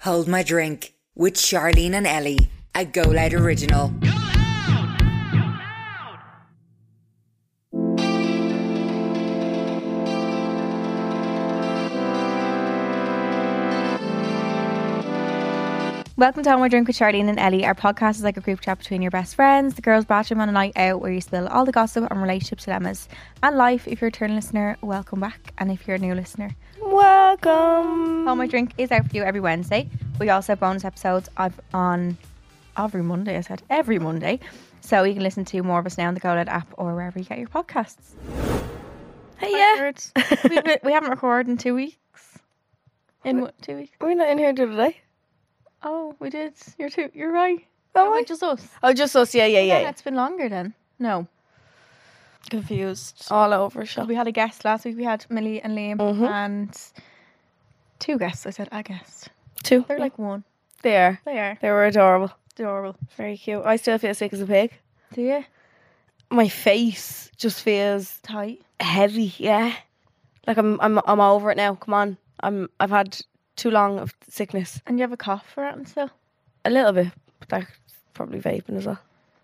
Hold My Drink with Charlene and Ellie, a Go Loud original. Welcome to On My Drink with Charlene and Ellie. Our podcast is like a group chat between your best friends. The girls batch them on a night out where you spill all the gossip and relationship dilemmas. And life, if you're a return listener, welcome back. And if you're a new listener, Welcome. On My Drink is out for you every Wednesday. We also have bonus episodes of, on every Monday, I said, every Monday. So you can listen to more of us now on the GoLed app or wherever you get your podcasts. Hey, Weird. We've been- we haven't recorded in two weeks. In what, two weeks? We're not in here today. Oh, we did. You're two, You're right. Oh, Oh, we- it's just us. oh, just us. Yeah, yeah, yeah. Yeah, it's been longer then. No. Confused. All over shop. We had a guest last week. We had Millie and Liam Mhm. and two guests. I said a guest. Two. They're like one. they are. They are They were adorable. adorable. Very cute. I still feel sick as a pig. Do you? My face just feels Tight. heavy. Yeah. Like I'm, I'm, I'm over it now. Come on. I'm, I've had too long of sickness. And you have a cough for it and stuff. A little bit, but that's probably vaping as well.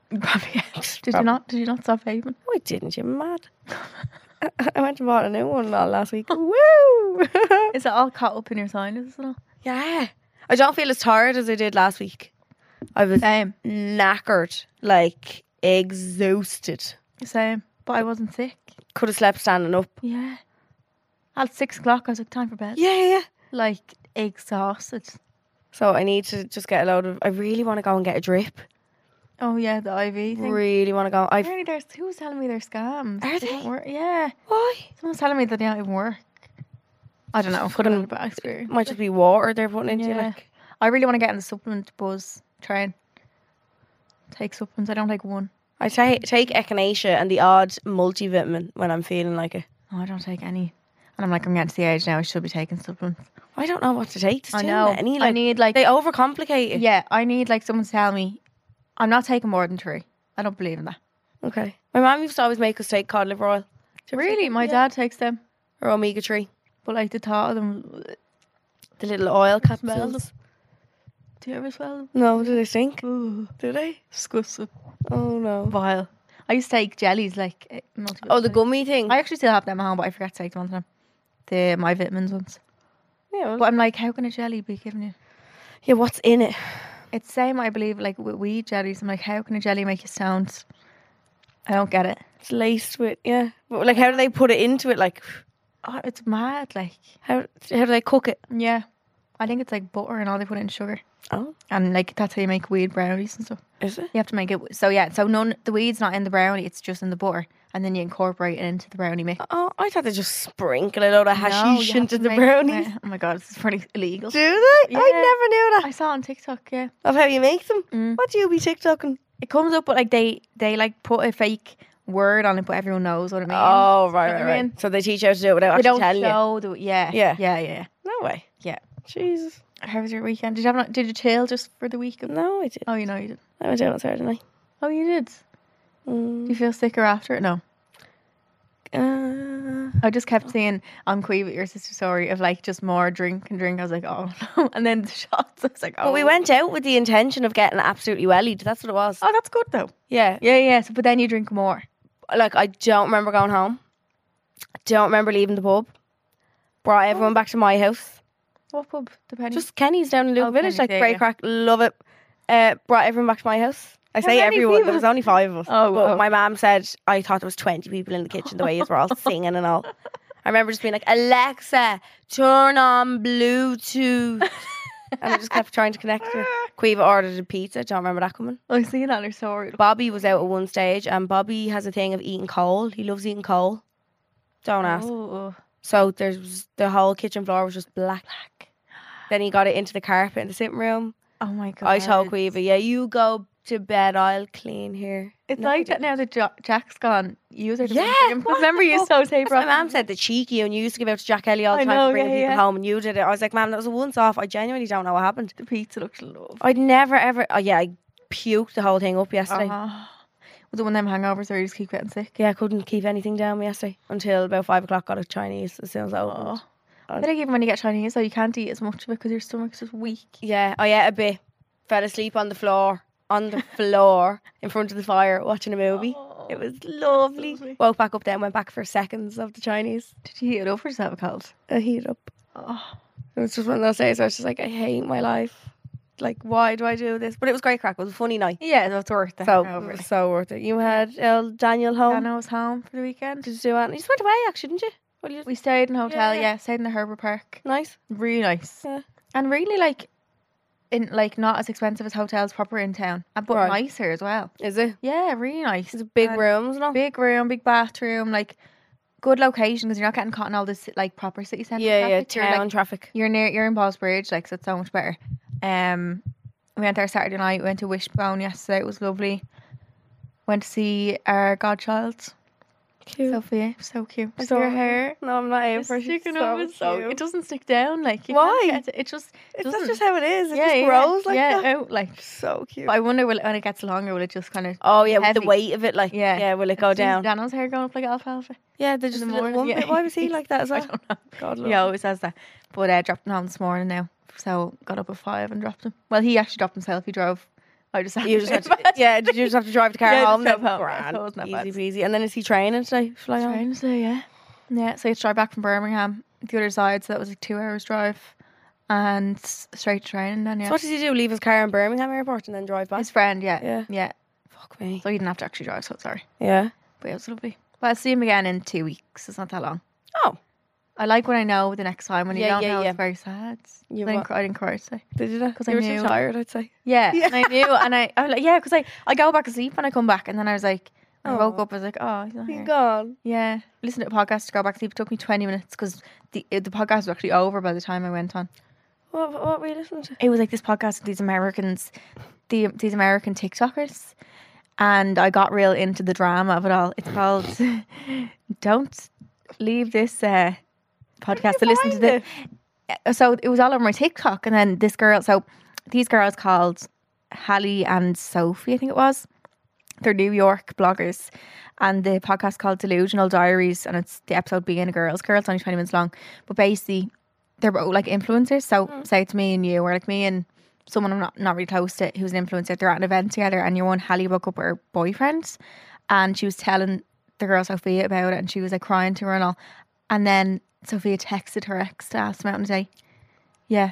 Probably. Did you Probably. not? Did you not stop vaping? Why didn't you? Mad. I went and bought a new one last week. Woo! Is it all caught up in your sinus and all? yeah. I don't feel as tired as I did last week. I was Same. knackered, like exhausted. Same. But I wasn't sick. Could have slept standing up. Yeah. At six o'clock, I was like, time for bed. Yeah, yeah. Like exhausted. So I need to just get a load of. I really want to go and get a drip. Oh yeah, the IV thing. Really want to go. I Apparently, there's who was telling me they're scams. Are don't they? work- Yeah. why Someone's telling me that they don't even work. I don't know. Couldn't have bad experience. might just be water they're putting into you, Yeah. like I really want to get in the supplement buzz. Try and take supplements. I don't take one. I ta- take echinacea and the odd multivitamin when I'm feeling like it. No, I don't take any. And I'm like, I'm getting to the age now. I should be taking supplements. I don't know what to take. There's I too know. many, I like, need like they overcomplicate it. yeah. I need like someone to tell me I'm not taking more than three. I don't believe in that. Okay. My mum used to always make us take cod liver oil Really, my Yeah. dad takes them, or omega three, but like the thought of them. the little oil capsules. Smells. Do you ever smell No, do they stink? them? Ooh, Do they? disgusting. Oh no. Vile. I used to take jellies like eh, multiple. Oh, the gummy thing. I actually still have them at home, but I forgot to take them on time. The my vitamins ones. yeah, well- But I'm like, how can a jelly be giving you? yeah, what's in it? It's same, I believe, like with weed jellies. I'm like, how can a jelly make you sound? I don't get it. It's laced with yeah. But like, how do they put it into it? Like, Oh, it's mad. Like, how how do they cook it? yeah, I think it's like butter and all they put in sugar, Oh, and like that's how you make weed brownies and stuff. is it? You have to make it. So yeah, so none the weed's not in the brownie. It's just in the butter, and then you incorporate it into the brownie mix. Oh, I thought they just sprinkle a load of No, hashish you have into to the make- brownies. yeah. Oh my god, this is pretty illegal. Do they? Yeah. I never knew I saw on TikTok. Yeah. that of how you make them. Mm. What do you be TikToking? It comes up, but like they they like put a fake word on it, but everyone knows what it means. Know Oh, right, what right, I right. mean? So they teach you how to do it without they actually don't telling you. show the yeah, Yeah. yeah, yeah. No way. Yeah. Jesus. How was your weekend? Did you have not, did you chill just for the week? Of, No, I didn't. Oh, you know you did. I was out on Saturday night. Oh, you did. Mm. You feel sicker after it? No, Uh, I just kept saying I'm queer with your sister story of like just more drink and drink. I was like, oh no, and then the shots. I was like, oh, But we went out with the intention of getting absolutely wellied. That's what it was. Oh, that's good though. Yeah. Yeah, yeah. So, but then you drink more. Like, I don't remember going home. I don't remember leaving the pub. Brought everyone back to my house. What pub? The penny. Just Kenny's down in Luke Oh, Village, Kenny's, like yeah, Bray yeah. Crack. Love it. Uh, brought everyone back to my house. I say many everyone. There people? was only five of us. Oh, but oh. my mom said I thought there was twenty people in the kitchen. The way you were all singing and all. I remember just being like, Alexa, turn on Bluetooth, and I just kept trying to connect. to it. Quiva ordered a pizza. Don't remember that coming. I see that on her story. Bobby was out at one stage, and Bobby has a thing of eating coal. He loves eating coal. Don't ask. Oh, So there's the whole kitchen floor was just black. black. Then he got it into the carpet in the sitting room. oh my god. I told Quiva, "Yeah, you go to bed. I'll clean here." It's No, I like that now that jo- Jack's gone. You are the one Yeah, freedom. 'Cause what remember the you fuck? so tape That's what my mum said the cheeky, and you used to give out to Jack Ellie all the I time know, for bringing yeah, people yeah. home, and you did it. I was like, "Ma'am, that was a once-off. I genuinely don't know what happened. The pizza looked love. I'd never ever. Oh yeah, I puked the whole thing up yesterday. Uh-huh. With the one of them hangovers where you just keep getting sick. Yeah, I couldn't keep anything down yesterday until about five o'clock. Got a Chinese as soon as I opened. Oh. And- I think even when you get Chinese, though, you can't eat as much of it because your stomach's just weak. Yeah, I ate a bit. Fell asleep on the floor, on the floor, in front of the fire, watching a movie. it was lovely. Oh, lovely. Woke back up then, went back for seconds of the Chinese. Did you heat it up or just have a cold? I heated up. Oh, It was just one of those days where I was just like, I hate my life. Like, why do I do this? But it was great crack. It was a funny night. yeah, that's worth it. Oh, So, hangover. it was so worth it. You had El Daniel home. Anna was home for the weekend. Did you do it? You just went away, actually, didn't you? Well, you We stayed in a hotel, Yeah. yeah. stayed in the Harbour Park. nice. Really nice. Yeah. And really like in like not as expensive as hotels proper in town. uh, But Right. nicer as well. Is it? Yeah, really nice. It's big And rooms, no? Big room, big bathroom, like good location because you're not getting caught in all this like proper city centre. yeah, yeah, traffic. You're, like, town traffic. you're near you're in Ballsbridge, like so it's so much better. Um we went there Saturday night, we went to Wishbone yesterday, it was lovely. Went to see our godchild, Cute. Sophia. So cute. I saw hair. No, I'm not able It's for it. sticking It's up, so it's so- cute. It doesn't stick down like you Why? Can't get it. it just It's doesn't- that's just how it is. It just grows like yeah, that. out, like. So cute. But I wonder will it, when it gets longer will it just kind of oh yeah, with the heavy. weight of it, like yeah, Yeah. yeah will it go down? Dano's hair going up like alfalfa. Yeah, there's in just the a little morning, one yeah. bit. Why was he like that as I well? don't know. God He always says that. But uh, dropped him on this morning now, so got up at five and dropped him. Well, he actually dropped himself. He drove. I just had You to just have do to, it. yeah, did you just have to drive the car Yeah, home? just Then? drove home. Grand. So it's not bad. Easy peasy. And then is he training today? Fly home? Trying to say, yeah, yeah. So he had to drive back from Birmingham, the other side. So that was like two hours drive, and s- straight train. And then yeah, So what does he do? Leave his car in Birmingham airport and then drive back? his friend, yeah, Yeah. yeah. Fuck me. So he didn't have to actually drive. So sorry. Yeah. But it was lovely. But I'll see him again in two weeks. It's not that long. Oh. I like when I know the next time. When you Yeah, don't yeah, know, yeah. it's very sad. You I, didn't, what? cry- I didn't cry today. Did you? 'Cause Because I you were knew. too tired. I'd say. Yeah, Yeah. and I knew, and I, I was like, yeah, because I, I go back to sleep and I come back, and then I was like, when I woke Oh. up, I was like, oh, he's not here. gone. yeah. Listen to the podcast to go back to sleep. It took me twenty minutes because the uh, the podcast was actually over by the time I went on. What? What were you listening to? It was like this podcast with these Americans, the these American TikTokers, and I got real into the drama of it all. It's called "Don't Leave This." Uh, podcast to listen to find the it? uh, so it was all over my TikTok, and then this girl. So these girls called Hallie and Sophie, I think it was. They're New York bloggers, and the podcast called Delusional Diaries, and it's the episode being a girls' girl. It's only twenty minutes long, but basically they're both like influencers. So say it's me and you, or like me and someone I'm not not really close to, who's an influencer. They're at an event together, and your one Hallie broke up with her boyfriend, and she was telling the girl Sophia about it, and she was like crying to her and all. And then Sophia texted her ex to ask him out on a date. Yeah.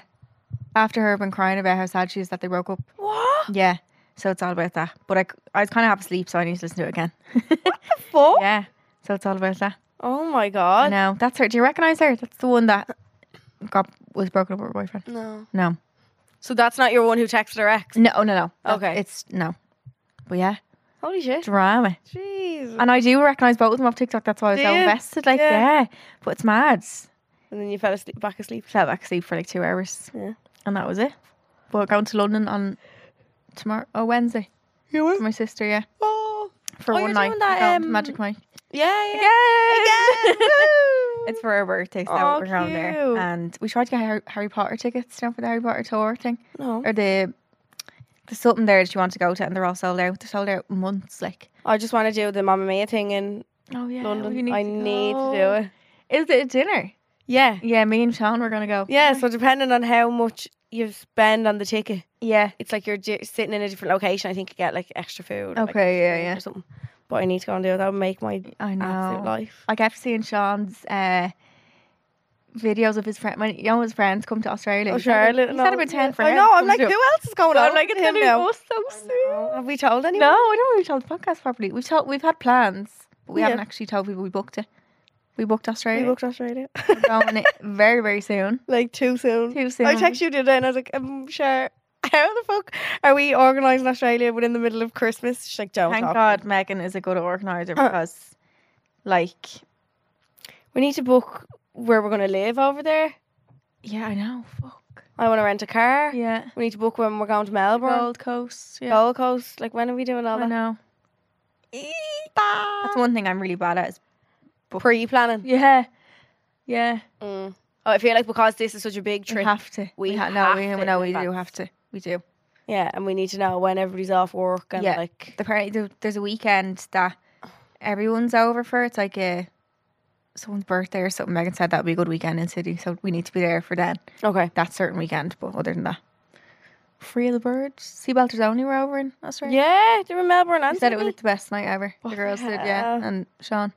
After her been crying about how sad she is that they broke up. What? Yeah. So it's all about that. But I, c- I was kind of half asleep, so I need to listen to it again. Fuck. yeah. So it's all about that. Oh my I god. know. That's her. Do you recognise her? That's the one that got was broken up with her boyfriend. No. No. So that's not your one who texted her ex. No, no, no. That- Okay. It's no. But yeah, Holy shit. drama. Jeez. And I do recognise both of them off TikTok. That's why I was Do so you? invested. Like, Yeah. yeah. But it's mad. And then you fell asleep, back asleep. Fell back asleep for like two hours. Yeah. And that was it. But going to London on tomorrow, oh, Wednesday. You For my sister, yeah. Oh. For Oh, one you're night. doing we're that, going to um, Magic Mike. Yeah, yeah. Again! Woo! it's for her birthday, so Oh, we're going there. cute. And we tried to get Har- Harry Potter tickets, you know, for the Harry Potter tour thing. no. Or the there's something there that you want to go to, and they're all sold out. They're sold out months, like. I just want to do the Mamma Mia thing in Oh, yeah. London. I need to do it. Is it a dinner? Yeah. Yeah, me and Sean were going to go. Yeah, so depending on how much you spend on the ticket, Yeah. it's like you're di- sitting in a different location. I think you get like extra food. Or like, Okay, extra yeah, drink yeah. Or something. But I need to go and do it. That would make my I know. absolute life. Like after seeing Sean's uh, videos of his friend, when you know his friends come to Australia. Oh, he's had about- Charlotte. he's no, had about ten yeah. friends. I know. I'm come like, to- who else is going I'm on? like, it's with him gonna now? go so soon. Oh, Have we told anyone? No, I don't really tell the podcast properly. We've told, we've had plans, but we Yeah. haven't actually told people we booked it. We booked We Australia. booked Australia. We're going it very very soon. like too soon. Too soon. I texted you today and I was like, um, sure. How the fuck are we organising Australia within the middle of Christmas? She's like, don't. Thank talk. God Megan is a good organizer Uh. because, like, We need to book where we're going to live over there. yeah, I know. Fuck. I want to rent a car. Yeah. We need to book when we're going to Melbourne, Gold Coast. Yeah. Gold Coast. Like, when are we doing all I that? know. That's one thing I'm really bad at. Is Pre planning. yeah. Yeah. Mm. Oh, I feel like because this is such a big We trip. have to. We ha- no, have we, to no, in we do advance. have to. We do. Yeah, and we need to know when everybody's off work and Yeah. like. Apparently, there- there's a weekend that everyone's over for. It's like a someone's birthday or something. Megan said that would be a good weekend in City, so we need to be there for then. Okay. That certain weekend, but other than that, free of the birds. Sea Belters only were over in Australia. Yeah, do you remember when They said it was the best night ever. the girls did, yeah, hell. and Sean.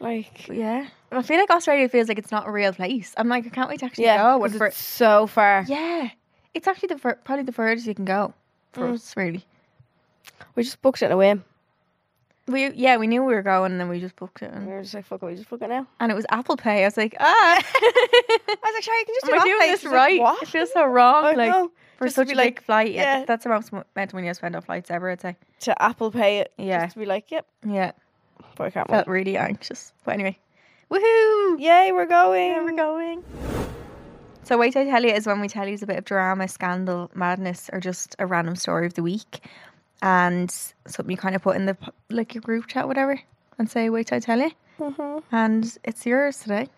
like But yeah, I feel like Australia feels like it's not a real place. I'm like, I can't wait to actually yeah, go. because And for, it's so far. yeah, it's actually the fur- probably the furthest you can go for Mm. us, really. We just booked it in a whim. We yeah, we knew we were going, and then we just booked it, We and, were just like, fuck it, we just book it now. and it was Apple Pay. I was like, ah, I was like, Sure, you can just am I doing this right? it feels so wrong. I like know. for Just to such a be big like, flight, yeah, yeah. th- that's the most mo- amount of money I spend on flights ever. I'd say, To Apple Pay it. Yeah. Just to be like, yep, yeah, but I can't wait. felt really anxious, but anyway, woohoo! Yay, we're going. Yeah, we're going. So wait I tell you is when we tell you it's a bit of drama, scandal, madness, or just a random story of the week, and something you kind of put in the p- like your group chat, whatever, and say wait I tell you, Mhm. and it's yours today.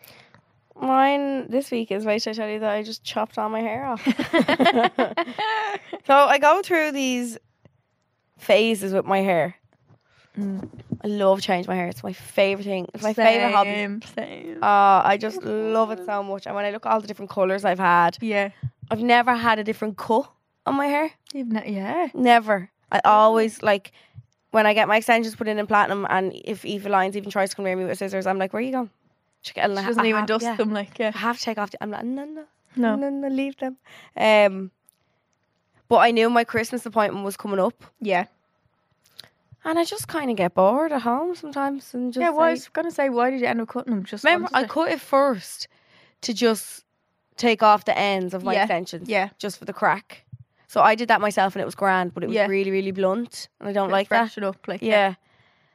Mine this week is wait, I tell you that I just chopped all my hair off. so I go through these phases with my hair. Mm. I love changing my hair. It's my favorite thing. It's my favorite hobby. Same, same. Uh, I just love it so much. And when I look at all the different colors I've had, yeah, I've never had a different cut on my hair. you've not. Yeah, Never. I always like when I get my extensions put in in platinum, and if Eva Lyons even tries to come near me with scissors, I'm like, "Where are you going?" She, get- and she I ha- doesn't I even have- dust yeah. them. Like yeah, I have to take off. The, I'm like, no, no, no, no, no, no, leave them. Um, but I knew my Christmas appointment was coming up, yeah, and I just kind of get bored at home sometimes, and just yeah. Well, I say- was gonna say, why did you end up cutting them? Just remember I wanted to- cut it first to just take off the ends of my Yeah. extensions, Yeah, just for the crack. So I did that myself, and it was grand, but it was Yeah. really, really blunt, and I don't like that. freshen up. Like Yeah.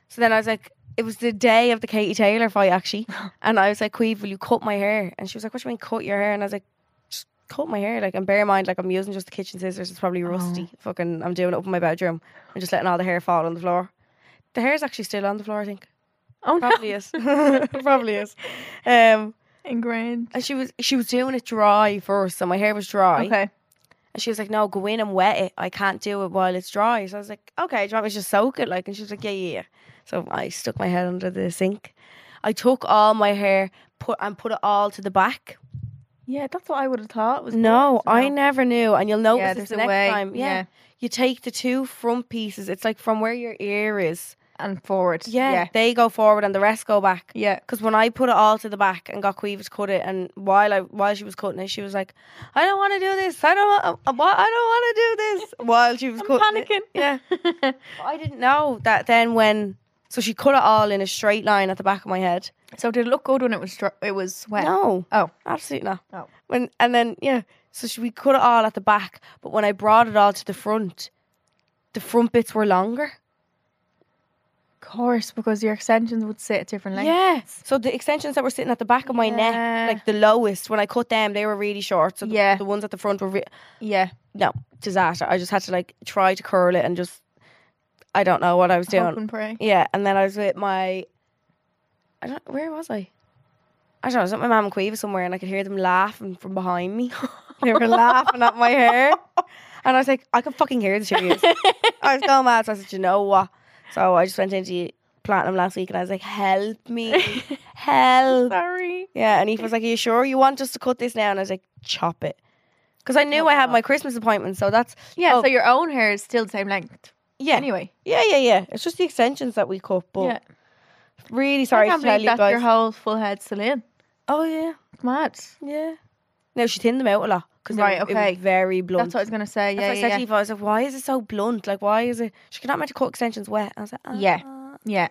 So then I was like, it was the day of the Katie Taylor fight actually, and I was like, Queeve, will you cut my hair? And she was like, What do you mean cut your hair? And I was like, Just cut my hair. Like, and bear in mind, like I'm using just the kitchen scissors. It's probably rusty. Fucking, I'm doing it up in my bedroom. I'm just letting all the hair fall on the floor. The hair's actually still on the floor. I think Oh no, probably is. probably is. Um, ingrained. and she was she was doing it dry first, so my hair was dry. Okay. And she was like, No, go in and wet it. I can't do it while it's dry. So I was like, Okay, do you want me to just soak it? Like, and she was like, Yeah, yeah, yeah. So I stuck my head under the sink. I took all my hair, put and put it all to the back. Yeah, that's what I would have thought. Was No, bullets, I no. never knew. And you'll notice Yeah, there's this the a next way. time. Yeah. Yeah. You take the two front pieces, it's like from where your ear is. and forward. Yeah. yeah, They go forward and the rest go back. yeah. Because when I put it all to the back and got Queeve to cut it, and while I while she was cutting it, she was like, "I don't want to do this. I don't. wa- uh, I, wa- I don't want to do this." While she was cutting it. Yeah, But I didn't know that then when so she cut it all in a straight line at the back of my head. so did it look good when it was dr- it was wet? No. Oh. Absolutely not. Oh. When and then yeah. So she, we cut it all at the back, but when I brought it all to the front, the front bits were longer. Of course, because your extensions would sit at different lengths. yeah. So the extensions that were sitting at the back of my Yeah. neck, like the lowest, when I cut them, they were really short. So the, Yeah. the ones at the front were re- Yeah, no disaster. I just had to like try to curl it and just I don't know what I was doing. hope and pray. Yeah, and then I was with my. I don't. Where was I? I don't know. I was with my mum and Queeve somewhere, and I could hear them laughing from behind me. they were laughing at my hair, and I was like, I can fucking hear the two of yous. I was going mad. So I said, you know what? So I just went into platinum last week, and I was like, help me, help. Sorry. Yeah, and Aoife was like, "Are you sure you want us to cut this now?" And I was like, "Chop it," because I knew I had my Christmas appointment. So that's Yeah, Oh. so your own hair is still the same length. yeah, Anyway, yeah, yeah, yeah. It's just the extensions that we cut, but. yeah. Really Oh. sorry I to can't tell believe you that's guys. your whole full head still in. Oh yeah, It's Mad. yeah. No, she thinned them out a lot because Right, right, okay, okay. very blunt. That's what I was gonna say. That's Yeah, why I yeah, said yeah. to Eva, I was like, "Why is it so blunt? Like, why is it?" She cannot meant to cut extensions wet. I was like, ah. Yeah. Yeah.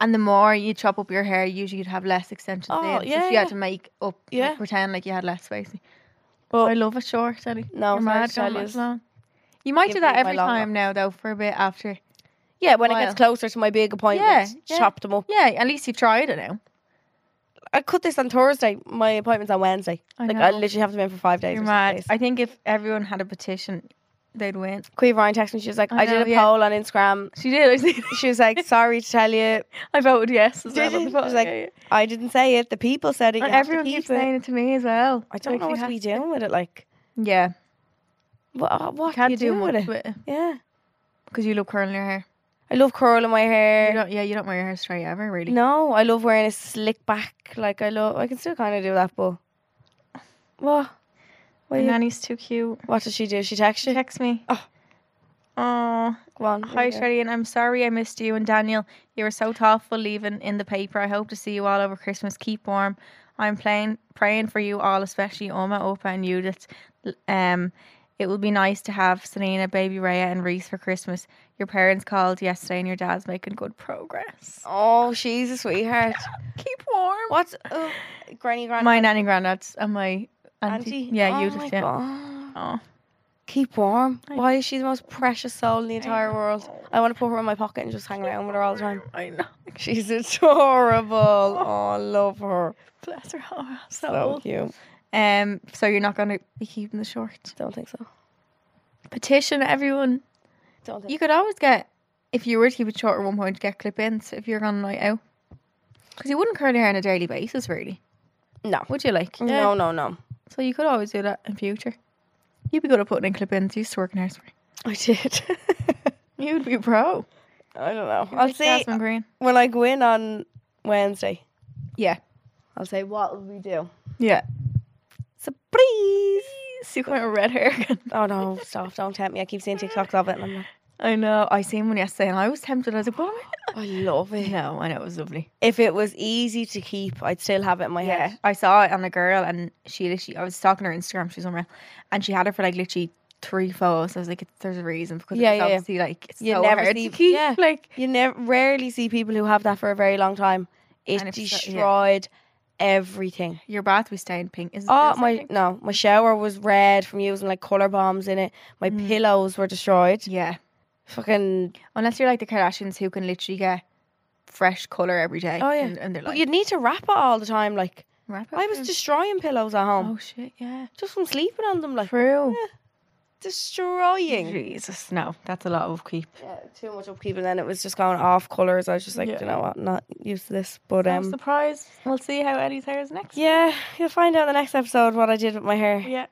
And the more you chop up your hair, usually you'd have less extensions Oh, in. yeah, So you yeah. had to make up, like, Yeah. pretend like you had less space. I But love it short, Ellie. No, You're sorry mad, to don't tell much yous. long. You might do Give that me my every long time now, though, for a bit after. yeah, when it While. gets closer to my big appointment, Yeah, yeah. chop them up. Yeah, at least you've tried it now. I cut this on Thursday. My appointment's on Wednesday. I like, I know. literally have them in for five days. You're or six mad. days. I think if everyone had a petition, they'd win. Queen Ryan texted me. She was like, I "I, know, did a yeah. poll on Instagram." She did. I see. She was like, "Sorry to tell you, I voted yes as well. Did on you? the phone. She's like, Yeah, yeah. I didn't say it. The people said it. you and have to everyone keep keeps it." saying it to me as well. I don't Like, know you what have we to- doing with it. Like, Yeah, What, what can't do you do much with it? with it Yeah. because you love curling your hair. I love curling my You hair. don't, yeah, you don't wear your hair straight ever, really. No, I love wearing a slick back. Like I love, I can still kind of do that, but what? What, My are you- nanny's too cute. what does she do? She texts She you. texts me. Oh. Oh, Go on. there hi you go. Charlene. I'm sorry I missed you and Daniel. You were so thoughtful leaving in the paper. I hope to see you all over Christmas. Keep warm. I'm playing, praying for you all, especially Oma, Opa, and Judith. L- Um, it will be nice to have Selena, baby Raya, and Reese for Christmas. Your parents called yesterday, and your dad's making good progress. Oh, she's a sweetheart. Keep warm. What's oh, Granny Granny? My nanny, granddads, and my auntie. auntie. Yeah, oh Judith. my yeah. God. Oh. Keep warm. I Why is she the most precious soul in the entire world? I want to put her in my pocket and just hang around with her all the time. I know. She's adorable. Oh, I love her. Bless her heart. So, So cute. Um, so you're not going to be keeping the short Don't think so. petition, everyone. Don't think. You could always get, if you were to keep it short at one point, get clip ins if you're going to night out. Because you wouldn't curl your hair on a daily basis, really. No. Would you like? No, no, no. So you could always do that in future. You'd be good at putting in clip ins. You used to work in hairspray. I did. You'd be a pro. I don't know. You're I'll like see Jasmine Green. when I go in on Wednesday. Yeah. I'll say, what will we do? Yeah. Surprise! See, you with red hair. Oh no, stop! Don't tempt me. I keep seeing TikToks of it, and I'm like, I know. I seen one yesterday and I was tempted. I was like, what am I? I love it. No, I know. It was lovely. If it was easy to keep, I'd still have it in my Yeah, head. I saw it on a girl, and she literally, I was stalking her Instagram, she's unreal, and she had it for like literally three photos. I was like, it's, there's a reason because Yeah, it's yeah, yeah. obviously like it's You so never hard see- to keep. yeah. Like, You never rarely see people who have that for a very long time. It And if it's so- yeah. destroyed everything. your bath was stained pink. Is it Oh still my stained pink? no, my shower was red from using like color bombs in it. My Mm. pillows were destroyed. Yeah. Fucking Unless you're like the Kardashians who can literally get fresh color every day. Oh, yeah. And, and they're But like, you'd need to wrap it all the time. Like wrap it I was up." destroying pillows at home Oh shit, yeah. just from sleeping on them. Like True. destroying. Jesus, no, that's a lot of keep. Yeah, too much upkeep, and then it was just going off colors. I was just like, Yeah. you know what, not used to this. But I'm um, surprised. We'll see how Eddie's hair is next. yeah, you'll find out in the next episode what I did with my hair. Yeah.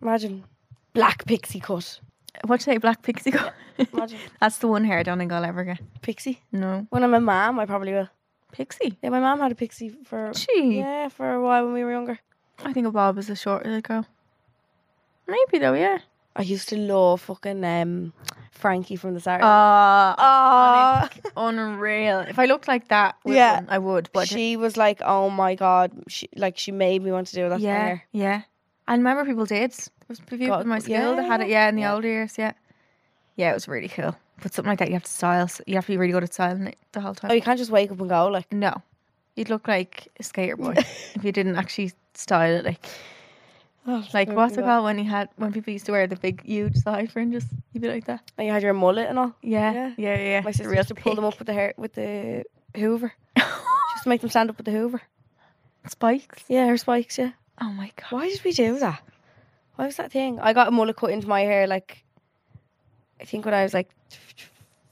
Imagine black pixie cut. What'd you say, black pixie? cut? Imagine that's the one hair I don't think I'll ever get. pixie. No. When I'm a mom, I probably will. Pixie. Yeah, my mom had a pixie for Gee. yeah for a while when we were younger. I think a bob is a shorter girl. Maybe though, yeah. I used to love fucking um Frankie from the Saturday. Uh, Aw. unreal. If I looked like that, with Yeah. one, I would. But she was like, "Oh my god!" She like she made me want to do that. yeah, Yeah, yeah. I remember people did. There was a few people Got- in my school that yeah, had it. Yeah, in the yeah. older years, yeah. Yeah, it was really cool. But something like that, you have to style. s- You have to be really good at styling it the whole time. oh, you can't just wake up and go like. no, you'd look like a skater boy if you didn't actually style it. Like, Oh, like Oh, what's it called when you had when people used to wear the big huge side fringes? You'd be like that. And you had your mullet and all. Yeah, yeah, yeah. yeah. My The sister real used to pull them pick. up with the hair with the Hoover, just to make them stand up with the Hoover. Spikes. Yeah, her spikes. Yeah. Oh my god. Why did we do that? Why was that thing? I got a mullet cut into my hair like, I think when I was like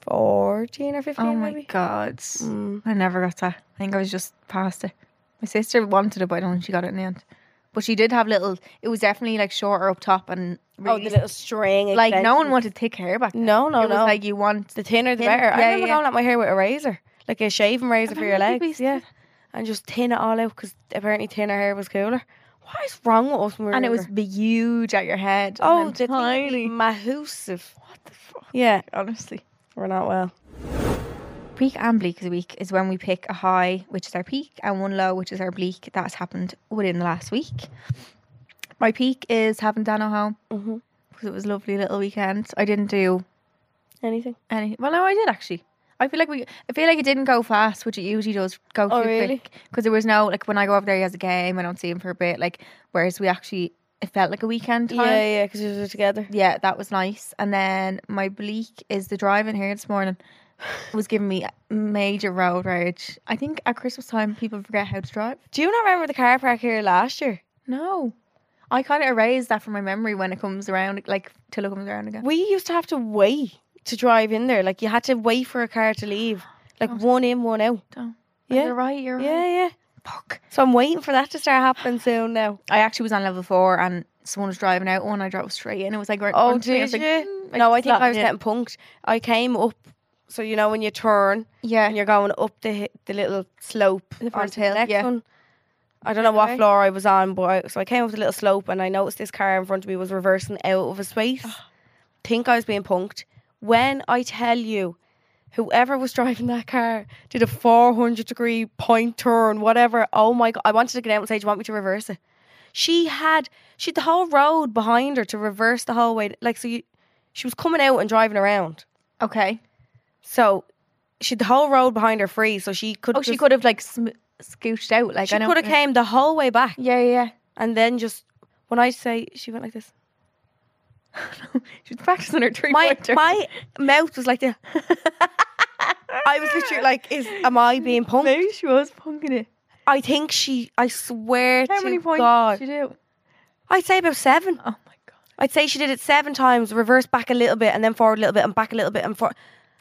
fourteen or fifteen. Oh my maybe. god. Mm. I never got that. I think I was just past it. My sister wanted it, but I don't think she got it in the end. But she did have little. It was definitely like shorter up top and Oh, really, the little string. like no one extensions. wanted thick hair back. Then. No, no, it was no. like you want The thinner the Thin- better. yeah, I remember yeah. going at my hair with a razor, like a shaving razor for your remember people legs. used to do Yeah, and just thin it all out because apparently thinner hair was cooler. What is wrong with us? When we were and it was younger? big, huge at your head. oh, and the then tiny. mahoosive. What the fuck? Yeah, Honestly, we're not well. peak and bleak of the week is when we pick a high, which is our peak, and one low, which is our bleak. That has happened within the last week. My peak is having Dano home Mm-hmm. because it was a lovely little weekend. I didn't do Anything? Any? Well, no, I did actually. I feel like we. I feel like it didn't go fast, which it usually does. Go too Oh, really? Because there was no like when I go over there, he has a game. I don't see him for a bit. Like whereas we actually, it felt like a weekend Yeah, time. yeah, because we were together. Yeah, that was nice. And then my bleak is the driving here this morning was giving me major road rage. I think at Christmas time people forget how to drive. Do you not remember the car park here last year? No, I kind of erased that from my memory when it comes around, like till it comes around again. We used to have to wait to drive in there. Like you had to wait for a car to leave. Like one in, one out. Don't. Yeah, You're right. You're right. yeah, yeah. Fuck. So I'm waiting for that to start happening soon now. I actually was on level four and someone was driving out and I drove straight in. It was like right in Oh, front of me. I did was like, you? "Mm," like, no, I think I slapped was in. getting punked. I came up So you know when you turn Yeah. and you're going up the hi- the little slope The first onto hill, the next yeah. one. I don't know what way? floor I was on, but I, so I came up the little slope and I noticed this car in front of me was reversing out of a space. Think I was being punked. When I tell you, whoever was driving that car did a 400 degree point turn, whatever. Oh my god! I wanted to get out and say, "Do you want me to reverse it?" She had she had the whole road behind her to reverse the whole way. Like so, you, she was coming out and driving around. Okay. So she had the whole road behind her free, so she could. Oh, she just- could have like sm- scooched out. Like She I know. could have came the whole way back, Yeah, yeah. and then just when I say she went like this, yeah. she was practicing her three my pointer. my mouth was like this. I was literally like, "Is am I being punked?" Maybe she was punking it. I think she. I swear How to many points God, did she do? I'd say about seven. Oh my god. I'd say she did it seven times, reverse back a little bit, and then forward a little bit, and back a little bit, and forward.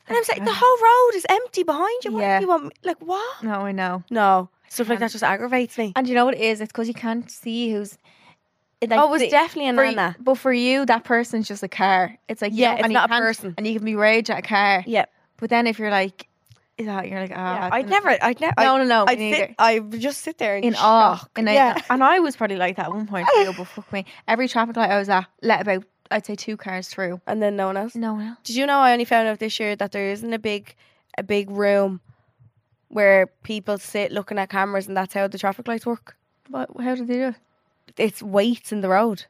And I'm like, the whole road is empty behind you. What Yeah. do you want? Me? Like what? No, I know. No, stuff like that just aggravates me. And you know what it is? It's because you can't see who's. it, Like, oh, it was the- definitely an for y- Anna. but for you, that person's just a car. It's like you Yeah, don't- it's and you not a can't- person. and you can be rage at a car. Yeah, But then if you're like, is that you're like, oh, yeah. that's I'd gonna- never. I'd never. No, no, no, I'd me sit, neither. I'd just sit there in, in awe. shock. And I, yeah. and I was probably like that at one point. too, but fuck me, every traffic light I was at, let about I'd say two cars through. And then no one else. No one else. Did you know? I only found out this year that there isn't a big, a big room where people sit looking at cameras, and that's how the traffic lights work. What? How did they do? it? it's weights in the road.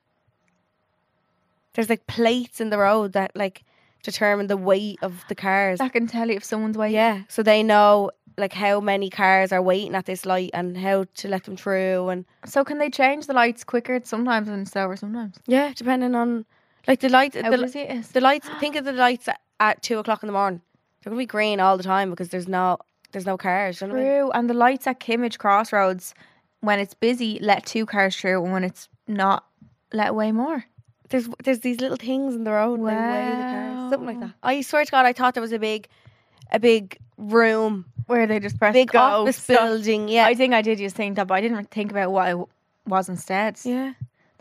There's like plates in the road that like determine the weight of the cars. That can tell you if someone's waiting. Yeah, so they know like how many cars are waiting at this light and how to let them through and So can they change the lights quicker sometimes and slower sometimes? yeah, depending on like the light. How the, busy it is. the lights. Think of the lights at, at two o'clock in the morning. They're gonna be green all the time because there's no there's no cars. You know what I mean? True. And the lights at Kimmage Crossroads, when it's busy, let two cars through, and when it's not, let way more. There's there's these little things in the road. Wow. Weigh the cars, something like Wow. that. I swear to God, I thought there was a big, a big room Where they just press big go. office so- building. Yeah, I think I did just think that, but I didn't think about what it w- was instead. yeah.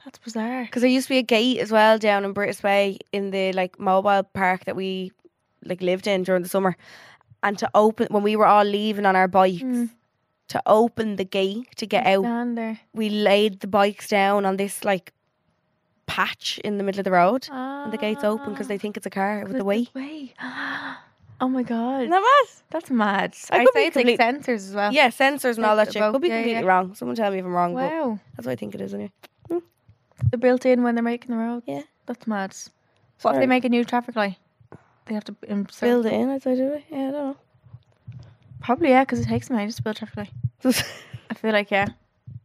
That's bizarre. Because there used to be a gate as well down in British Way in the like mobile park that we like lived in during the summer, and to open when we were all leaving on our bikes. Mm. To open the gate to get out, Stand there. we laid the bikes down on this like patch in the middle of the road, and the gate's open because they think it's a car with the weight. Ah. Oh my god. was That's mad. I I, could be say it's like complete- sensors as well. yeah, sensors and all Like the that shit. boat, Could be yeah, completely yeah. wrong. Someone tell me if I'm wrong, but Wow. that's what I think it is anyway. They're built in when they're making the road. Yeah. That's mad. What if Sorry. they make a new traffic light? They have to insert. Build it in, I thought, did I? Yeah, I don't Probably yeah, because it takes them ages to build traffic light. know. I feel like yeah.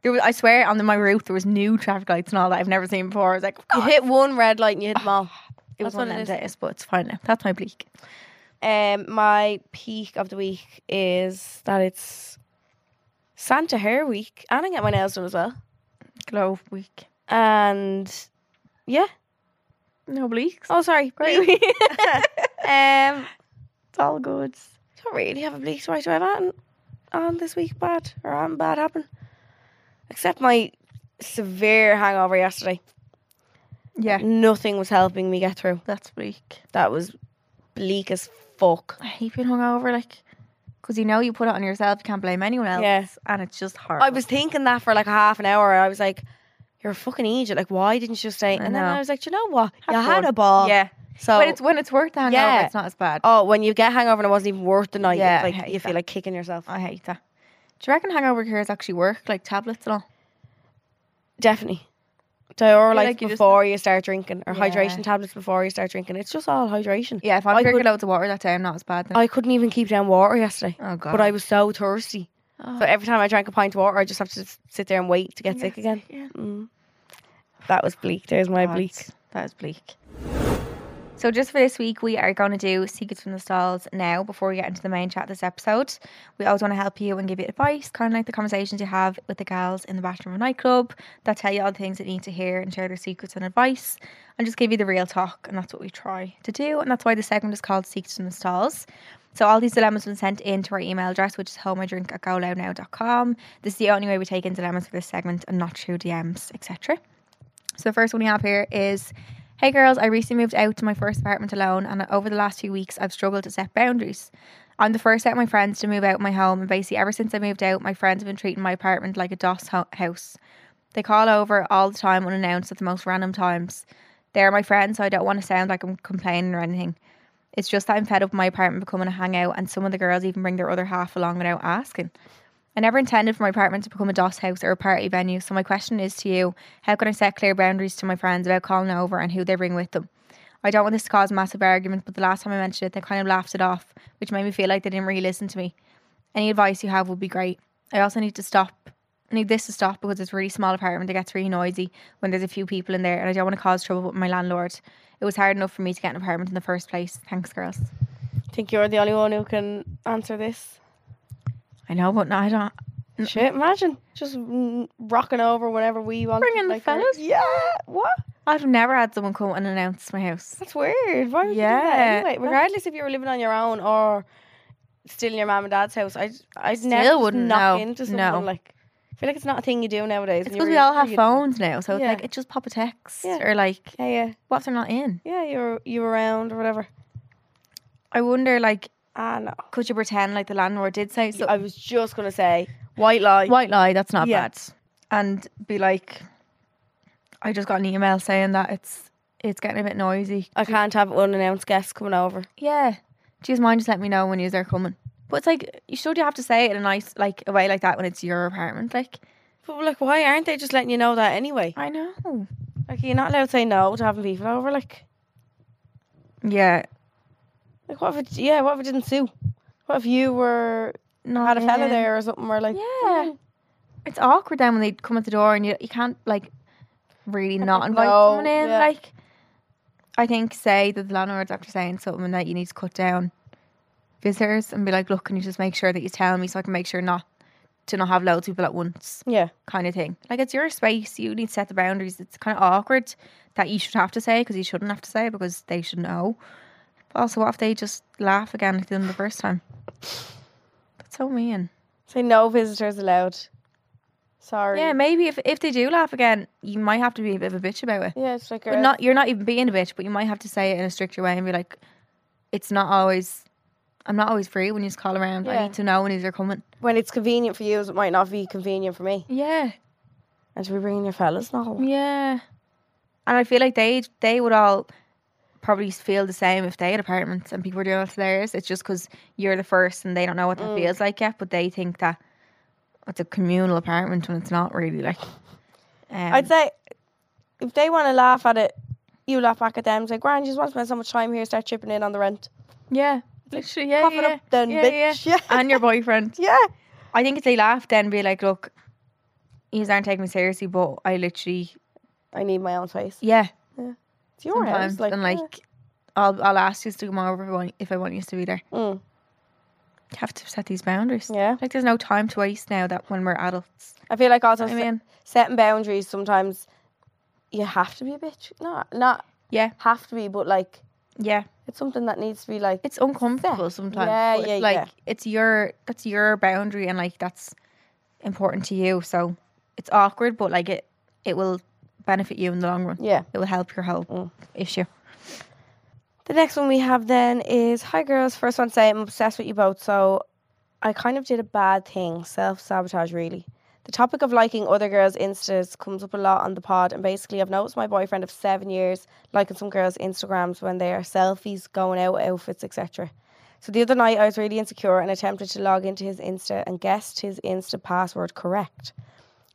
There was, I swear, on the, my roof there was new traffic lights and all that I've never seen before. I was like, You "God." hit one red light and you hit them all. it was that's what one it of is. them days, but it's fine now. That's my bleak. Um, my peak of the week is that it's Santa Hair Week, and I get my nails done as well. Glow week. And yeah, No bleaks. oh sorry, Great. bleak. um, it's all good. don't really have a bleak story to have on on this week. Bad or on bad happen, except my severe hangover yesterday. Yeah, Nothing was helping me get through. that's bleak. That was bleak as fuck. I hate being hungover, like, because you know you put it on yourself. You can't blame anyone else. Yeah. and it's just hard. I was thinking that for like a half an hour. I was like, "You're a fucking idiot! Like, why didn't you just stay?" I And then know. I was like, "Do "You know what? Have you had fun." a ball." yeah. So When it's when it's worth the hangover, Yeah. it's not as bad. oh, when you get hangover and it wasn't even worth the night, Yeah, I it's like hate you feel that. like kicking yourself. I hate that. Do you reckon hangover cures actually work, like tablets and all? Definitely. feel Diuretics like you just- before you start drinking, or Yeah. hydration tablets before you start drinking. It's just all hydration. Yeah, if I'm I drinking could- loads of water that day, I'm not as bad. Then. I couldn't even keep down water yesterday, oh god, but I was so thirsty. Oh. So every time I drank a pint of water, I just have to s- sit there and wait to get sick again. Mm. That was bleak. There's my God, bleak. That is bleak. So, just for this week, we are going to do Secrets from the Stalls now before we get into the main chat this episode. We always want to help you and give you advice, kind of like the conversations you have with the gals in the bathroom of a nightclub that tell you all the things that you need to hear and share their secrets and advice and just give you the real talk. And that's what we try to do. And that's why the segment is called Secrets from the Stalls. So all these dilemmas have been sent in to our email address, which is homeidrink at goloudnow.com. This is the only way we take in dilemmas for this segment and not through DMs, etc. So the first one we have here is Hey girls, I recently moved out to my first apartment alone, and over the last few weeks, I've struggled to set boundaries. I'm the first out of my friends to move out of my home, and basically, ever since I moved out, my friends have been treating my apartment like a DOS ho- house. They call over all the time unannounced at the most random times. They're my friends, so I don't want to sound like I'm complaining or anything. It's just that I'm fed up with my apartment becoming a hangout, and some of the girls even bring their other half along without asking. I never intended for my apartment to become a DOS house or a party venue, so my question is to you how can I set clear boundaries to my friends about calling over and who they bring with them? I don't want this to cause massive argument, but the last time I mentioned it, they kind of laughed it off, which made me feel like they didn't really listen to me. Any advice you have would be great. I also need to stop. I need this to stop because it's a really small apartment that gets really noisy when there's a few people in there, and I don't want to cause trouble with my landlord. It was hard enough for me to get an apartment in the first place. Thanks, girls. Think you're the only one who can answer this. I know, but no, I don't. Shit, imagine just mm, rocking over whenever we want. Bring in the we're- fellas. Yeah, what? I've never had someone come and announce my house. That's weird. Why would you do Yeah, that anyway? that's- Regardless if you were living on your own or still in your mum and dad's house, I I Still never would wouldn't, knock no, into no. someone like. I feel like it's not a thing you do nowadays. It's when you're because we really- all have you- phones now, so Yeah. it's like it just pop a text Yeah. or like Yeah, yeah, what if they're not in? yeah. You're you around or whatever. I wonder like Ah no. could you pretend like the landlord did say so I was just gonna say white lie. white lie, that's not Yeah. bad. And be like I just got an email saying that it's it's getting a bit noisy. I can't have unannounced guests coming over. Yeah. Do you mind just let me know when you're coming? But it's like you should you have to say it in a nice like a way like that when it's your apartment. Like But like, why aren't they just letting you know that anyway? I know. Like, you're not allowed to say no to having people over. Like, Yeah. like what if it, yeah, what if it didn't suit? What if you were No had a fella there or something? Or like, Yeah. It's awkward then when they come at the door and you you can't like really not like, invite no, someone in. yeah. Like I think say that the landlord's after saying something that you need to cut down visitors and be like, look, can you just make sure that you tell me so I can make sure not to not have loads of people at once yeah. kind of thing. Like it's your space, you need to set the boundaries. It's kind of awkward that you should have to say because you shouldn't have to say because they should know. But also, what if they just laugh again like they did the first time? That's so mean. Say no visitors allowed. Sorry. Yeah, maybe if if they do laugh again, you might have to be a bit of a bitch about it. yeah, it's like But not you're not even being a bitch, but you might have to say it in a stricter way and be like, "It's not always, I'm not always free when you just call around. Yeah. I need to know when these are coming." when it's convenient for you, it might not be convenient for me. Yeah, And to be bringing your fellas, no. yeah. And I feel like they they would all probably feel the same if they had apartments and people were doing it to theirs. It's just because you're the first and they don't know what that Mm. feels like yet, but they think that it's a communal apartment when it's not really like. Um, I'd say if they want to laugh at it, you laugh back at them. Say, Grand, you just want to spend so much time here, start chipping in on the rent. yeah, literally, yeah, Cough yeah, it up then, yeah, yeah. bitch. Yeah. and your boyfriend. yeah. I think if they laugh, then be like, look, you aren't taking me seriously, but I literally, I need my own space. yeah, It's your sometimes, house. Like, and yeah. like, I'll I'll ask you to come over if I want, if I want you to be there. Mm. You have to set these boundaries. yeah. Like, there's no time to waste now that when we're adults. I feel like also I se- mean, setting boundaries sometimes you have to be a bitch. Not not Yeah. have to be, but like yeah, it's something that needs to be like it's uncomfortable sometimes. Yeah, but it's yeah, like, yeah. it's your that's your boundary, and like that's important to you. So it's awkward, but like it it will benefit you in the long run. yeah. It will help your whole Mm. issue. The next one we have then is Hi girls, first one to say I'm obsessed with you both, so I kind of did a bad thing, self sabotage really. The topic of liking other girls' instas comes up a lot on the pod, and basically, I've noticed my boyfriend of seven years liking some girls' Instagrams when they are selfies, going out, outfits, etc. So the other night, I was really insecure and attempted to log into his Insta and guessed his Insta password correct.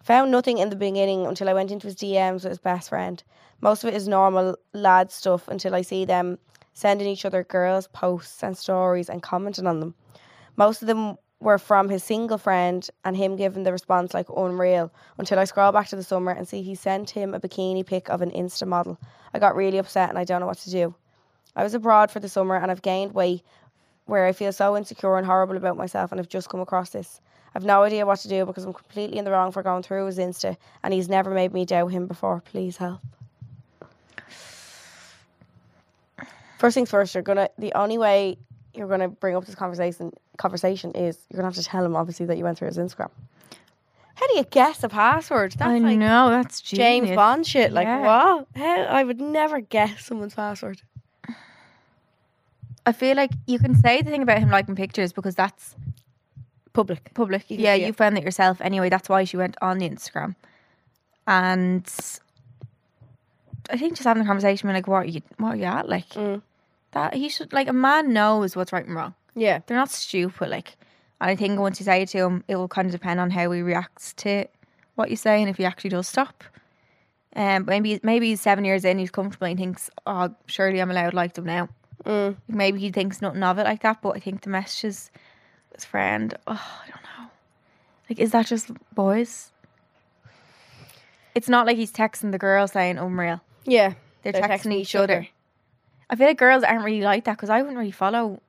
Found nothing in the beginning until I went into his DMs with his best friend. Most of it is normal lad stuff until I see them sending each other girls' posts and stories and commenting on them. Most of them were from his single friend and him giving the response like unreal until I scroll back to the summer and see he sent him a bikini pic of an Insta model. I got really upset and I don't know what to do. I was abroad for the summer and I've gained weight where I feel so insecure and horrible about myself and I've just come across this. I've no idea what to do because I'm completely in the wrong for going through his Insta and he's never made me doubt him before. Please help. First things first, you're gonna the only way you're gonna bring up this conversation conversation is you're gonna have to tell him obviously that you went through his Instagram. How do you guess a password? That's I like know that's James genius. Bond shit. Like Yeah. what? How I would never guess someone's password. I feel like you can say the thing about him liking pictures because that's Public. public. You can yeah, see you it. found it yourself anyway. That's why she went on the Instagram, and I think just having a conversation, being like, "What are you? What are you at?" Like Mm. that. He should like a man knows what's right and wrong. Yeah. They're not stupid. Like, and I think once you say it to him, it will kind of depend on how he reacts to what you say and if he actually does stop. Um, maybe maybe he's seven years in, he's comfortable and he thinks, "Oh, surely I'm allowed to like them now." Mm. Maybe he thinks nothing of it like that, but I think the messages his friend. Oh, I don't know. Like, is that just boys? It's not like he's texting the girl saying "unreal." Yeah. They're, texting, each other. I feel like girls aren't really like that because I wouldn't really follow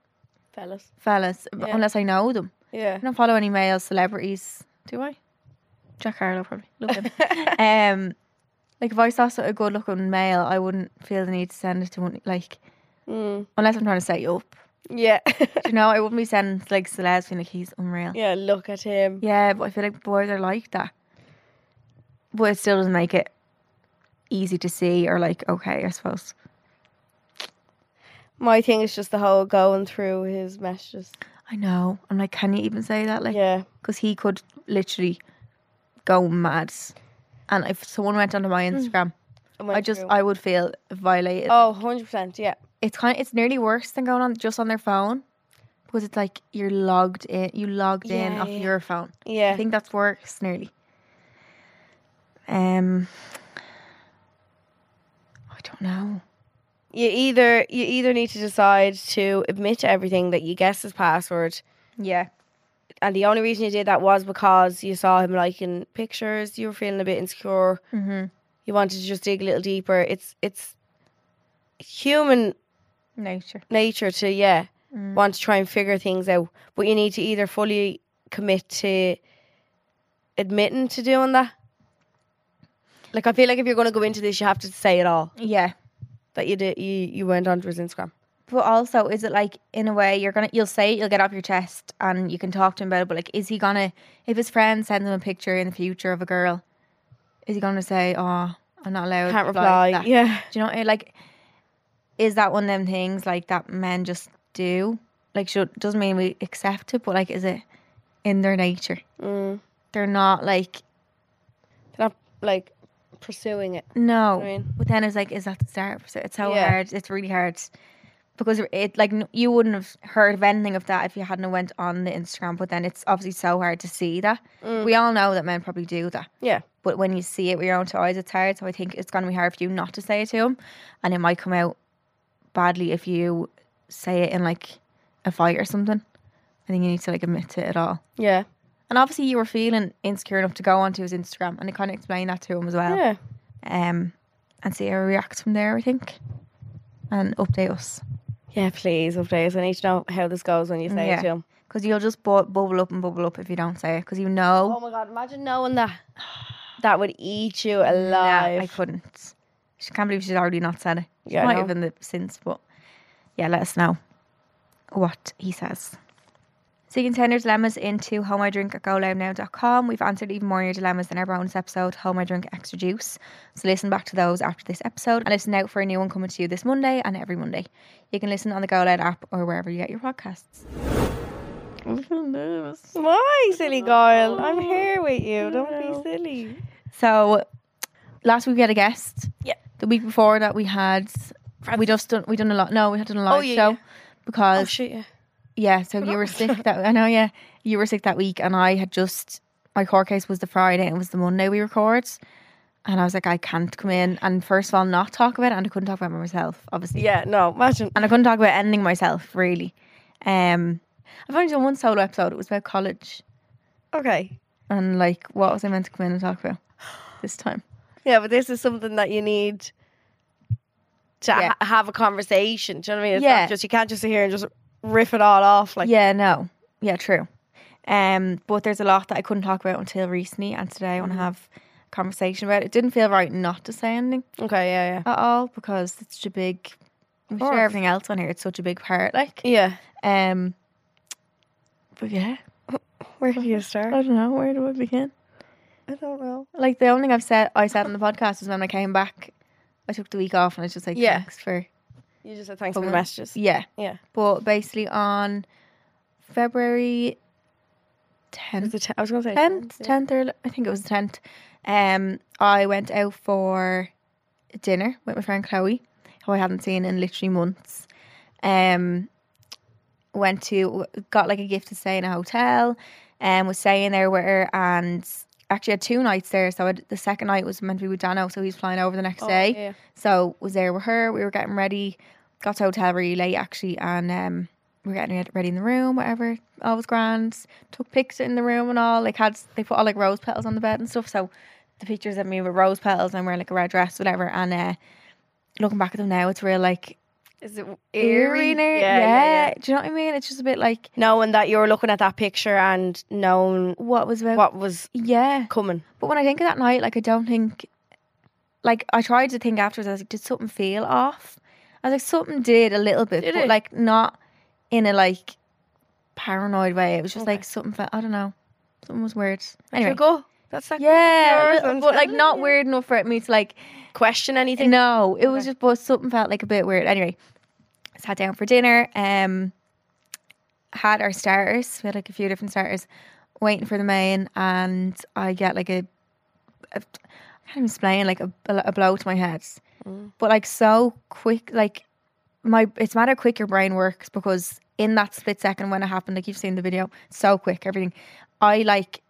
Fellas. fellas b- Yeah. unless I know them. Yeah. I don't follow any male celebrities, do I? Jack Harlow probably. Love him. um, like if I saw so- a good looking male, I wouldn't feel the need to send it to one. Like Mm. unless I'm trying to set you up, Yeah. do you know? I wouldn't be sending like celebs being like he's unreal. yeah. Look at him. Yeah, but I feel like boys are like that. But it still doesn't make it easy to see or like okay, I suppose. My thing is just the whole going through his messages. I know. I'm like, can you even say that? Like, Yeah. because he could literally go mad. And if someone went onto Hmm. my Instagram, And I went just through. I would feel violated. Oh, 100%. Yeah. It's kind. Of, it's nearly worse than going on just on their phone, because it's like you're logged in. You logged in Yeah, off yeah. your phone. I Yeah. think that's worse nearly. Um, I don't know. You either you either need to decide to admit to everything that you guessed his password, Yeah, and the only reason you did that was because you saw him liking pictures. You were feeling a bit insecure. mm-hmm. You wanted to just dig a little deeper. It's it's human nature. nature to yeah Mm. want to try and figure things out, but you need to either fully commit to admitting to doing that. Like I feel like if you're going to go into this, you have to say it all Yeah, that you did. You you went onto his Instagram. but also, is it like in a way you're gonna you'll say it, you'll get off your chest and you can talk to him about it. But like, is he gonna if his friend sends him a picture in the future of a girl, is he gonna say, "Oh, I'm not allowed"? Can't to reply reply. to that?" Yeah. Do you know like is that one of them things like that men just do? Like should doesn't mean we accept it, but like is it in their nature? Mm. They're not like not like pursuing it. no. I mean- but then it's like is that the start? So it's so Yeah. hard. It's really hard because it like n- you wouldn't have heard of anything of that if you hadn't have went on the Instagram. But then it's obviously so hard to see that. Mm. We all know that men probably do that. Yeah. But when you see it with your own two eyes, it's hard. So I think it's going to be hard for you not to say it to him. And it might come out badly if you say it in like a fight or something. I think you need to like admit to it all. Yeah. And obviously, you were feeling insecure enough to go onto his Instagram and to kind of explain that to him as well. Yeah. Um, and see how he reacts from there, I think. And update us. Yeah, please, oh please. I need to know how this goes when you say Yeah. it to him. Because you'll just bu- bubble up and bubble up if you don't say it. Because you know. Oh my god, imagine knowing that. That would eat you alive. Nah, I couldn't. She can't believe she's already not said it. She Yeah, I might know. have in the since, but yeah, let us know what he says. So you can send your dilemmas into homeidrinkatgoloudnow.com. We've answered even more of your dilemmas in our bonus episode, Home I Drink Extra Juice. So listen back to those after this episode and listen out for a new one coming to you this Monday and every Monday. You can listen on the Go Loud app or wherever you get your podcasts. Why, silly girl? I'm here with you. Don't be silly. So last week we had a guest. Yeah. The week before that we had we just done we done a lot. No, we had done a live Oh, yeah, show yeah. because Oh shit, yeah. yeah. So you were sick that I know. Yeah, you were sick that week, and I had just my court case was the Friday and it was the Monday we record. And I was like, I can't come in and first of all not talk about it, and I couldn't talk about it myself, obviously, Yeah, no, imagine. and I couldn't talk about anything myself really. Um, I've only done one solo episode. It was about college Okay. and like what was I meant to come in and talk about this time. Yeah, but this is something that you need to Yeah. ha- have a conversation. Do you know what I mean? It's Yeah. not just you can't just sit here and just riff it all off like yeah no yeah true um but there's a lot that i couldn't talk about until recently and today Mm. i want to have a conversation about it it didn't feel right not to say anything Okay, yeah, at all because it's such a big we share course. everything else on here it's such a big part like yeah. Yeah. um but yeah Where do you start? i don't know where do i begin I don't know. Like the only thing I've said I said on the podcast was when I came back, I took the week off and I was just like, Yeah. thanks for You just said thanks for the But- messages. yeah. Yeah. But basically on February tenth, Was it ten- I was going to say tenth, ten, yeah. tenth or I think it was the tenth. Um, I went out for dinner with my friend Chloe, who I hadn't seen in literally months. Um, went to got like a gift to stay in a hotel, and was staying there with her, and actually had two nights there. So I'd, the second night was meant to be with Dano, so he was flying over the next Oh, day. yeah. So was there with her. We were getting ready. Got to hotel really late actually, and um, we were getting re- ready in the room. Whatever, all was grand. Took pictures in the room and all. Like had they put all like rose petals on the bed and stuff. So the pictures of me with rose petals and wearing like a red dress, whatever. And uh, looking back at them now, it's real like Is it eerie. eerie? Yeah, yeah. Do you know what I mean? It's just a bit like Knowing that you're looking at that picture and knowing what was about. what was Yeah. coming. But when I think of that night, like I don't think, like I tried to think afterwards. I was like, did something feel off? I was like, something did a little bit, Did but it? like not in a like paranoid way. It was just Okay. like something. Felt, I don't know. Something was weird. Anyway. Anyway, go. That's like yeah, yours but- and- but like not weird enough for me to like question anything. no, it was Okay. just, but something felt like a bit weird. Anyway, sat down for dinner. Um, had our starters. We had like a few different starters, waiting for the main, and I get like a, a I can't even explain like a, a blow to my head, Mm. but like so quick, like my it's matter how quick your brain works because in that split second when it happened, like you've seen the video, so quick everything. I like.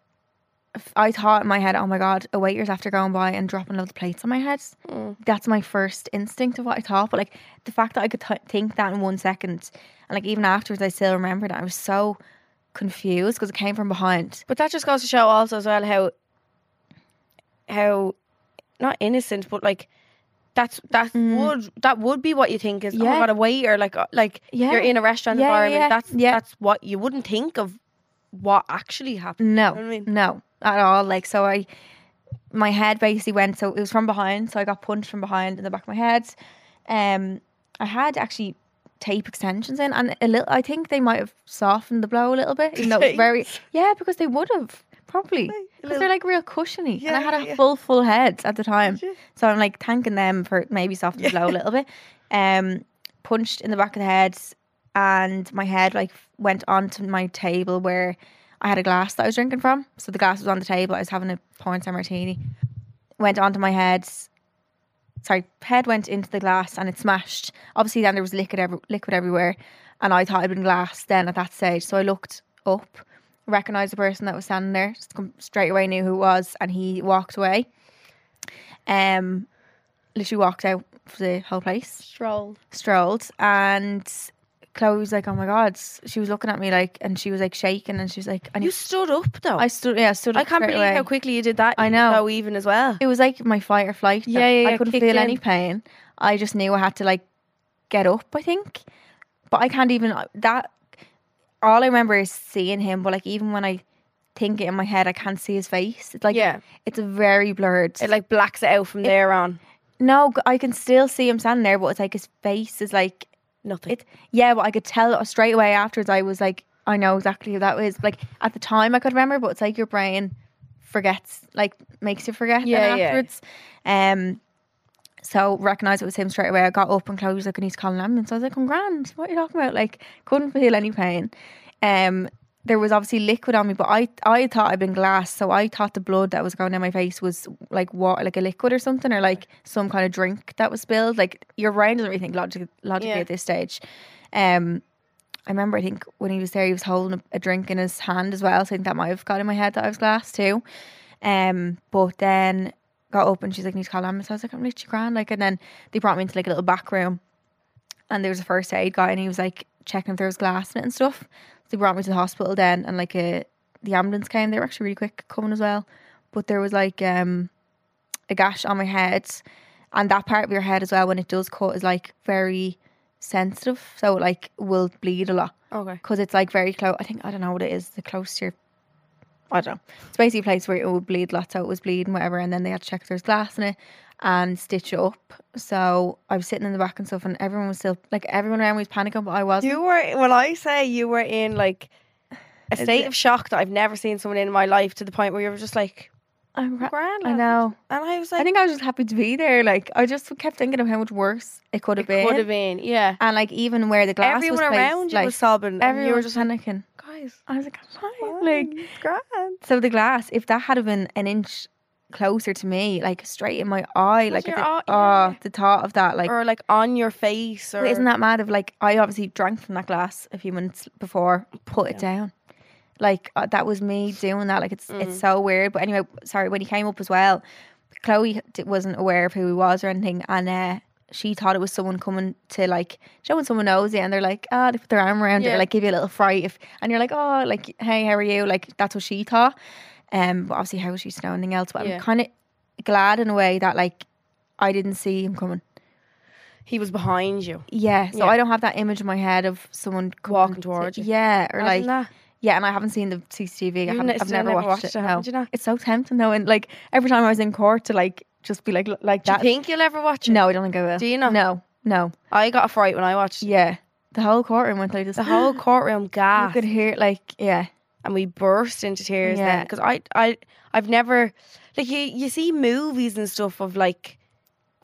f- I thought in my head, oh my god, a waiter's after going by and dropping loads of plates on my head Mm. that's my first instinct of what I thought. But like the fact that I could th- think that in one second, and like even afterwards, I still remember that I was so confused because it came from behind. But that just goes to show also as well how how not innocent, but like that's that Mm. would that would be what you think is oh Yeah. my god a waiter like uh, like Yeah. you're in a restaurant Yeah, yeah, environment yeah. that's Yeah. that's what you wouldn't think of what actually happened. No, know what I mean? no, at all. Like so, I my head basically went. So it was from behind. So I got punched from behind in the back of my head. Um, I had actually tape extensions in, and a little. I think they might have softened the blow a little bit. Even though it was very, yeah, because they would have probably. Because they're like real cushiony. and I Yeah, had a yeah, yeah. full, full head at the time. you? So I'm like thanking them for maybe softening the blow a little bit. Um, punched in the back of the head and my head like went onto my table where I had a glass that I was drinking from. So the glass was on the table. I was having a pornstar martini. Went onto my head. Sorry, head went into the glass and it smashed. Obviously, then there was liquid, every, liquid everywhere. And I thought it had been glass then at that stage. So I looked up, recognized the person that was standing there, just come- straight away knew who it was, and he walked away. Um, literally walked out for the whole place strolled. strolled and Chloe was like, "Oh my god!" She was looking at me like, and she was like shaking, and she was like, "I You need." stood up though. I I, stood, yeah, I stood. up can't straight believe away. how quickly you did that. I know. Though even as well. it was like my fight or flight. that Yeah, yeah, I yeah, couldn't kicked feel any in. pain. I just knew I had to like get up. I think, but I can't even uh, that. All I remember is seeing him, but like even when I think it in my head, I can't see his face. It's like yeah. it's a very blurred. It like blacks it out from there on. no, I can still see him standing there, but it's like his face is like Nothing. it yeah but i could tell straight away afterwards i was like i know exactly who that was like at the time i could remember but it's like your brain forgets like makes you forget yeah, Yeah, yeah. afterwards um so recognized it was him straight away i got up and chloe was like i need to call an ambulance i was like i'm grand what are you talking about like couldn't feel any pain um there was obviously liquid on me but i i thought i'd been glass so i thought the blood that was going down my face was like water like a liquid or something or like some kind of drink that was spilled like your brain doesn't really think logic, logically Yeah. at this stage um, I remember, I think when he was there, he was holding a, a drink in his hand as well. So I think that might have got in my head that I was glass too. Um, but then got up and she's like, "Need to call ambulance." I was like, "I'm literally grand." Like, and then they brought me into like a little back room, and there was a first aid guy, and he was like checking if there was glass in it and stuff. So they brought me to the hospital then, and like a the ambulance came. They were actually really quick coming as well, but there was like um a gash on my head, and that part of your head as well when it does cut is like very sensitive, so it like will bleed a lot Okay. because it's like very close. I think I don't know what it is. The close to your, I don't know. It's basically a place where it would bleed lots. So it was bleeding, whatever. And then they had to check if there's glass in it and stitch it up. So I was sitting in the back and stuff, and everyone was still like everyone around me was panicking, but I wasn't. You were when I say you were in like a Is state it- of shock that I've never seen someone in my life to the point where you were just like, I'm ra- grand. I laugh. know. And I was like, I think I was just happy to be there. Like I just kept thinking of how much worse it could have it been. could have been. Yeah. And like even where the glass Everyone was placed, around you like, was sobbing. and everyone you were was just like, panicking. guys, I was like, I'm fine. like, Like it's grand. so the glass, if that had been an inch closer to me, like straight in my eye, like I your think, eye, yeah. oh, the thought of that, like or like on your face. Or But isn't that mad? Of like, I obviously drank from that glass a few minutes before, put it down. Like uh, that was me doing that. Like it's it's Mm. so weird. But anyway, sorry. When he came up as well, Chloe d- wasn't aware of who he was or anything, and uh, she thought it was someone coming to like showing someone knows you, and they're like, ah, they put their arm around you, Yeah. or, like give you a little fright. If and you're like, oh, like hey, how are you? Like that's what she thought. Um, but obviously, how was she to know anything else? But Yeah. I'm kind of glad in a way that like I didn't see him coming. he was behind you? Yeah, so Yeah. I don't have that image in my head of someone coming Walking to- towards you. Yeah, or Imagine like that. yeah, and I haven't seen the CCTV. I You've haven't, ne- I've still never, never watched, watched it. it, No, haven't you, no? it's so tempting though, and like every time I was in court to like just be like l- like Do you that. think you'll ever watch it? no, I don't think I will. Do you not? No, no. I got a fright when I watched it. Yeah, the whole courtroom went like this. the whole courtroom you gasped, could hear it, like yeah, and we burst into tears. Yeah. then because I, I, I've never like you. You see movies and stuff of like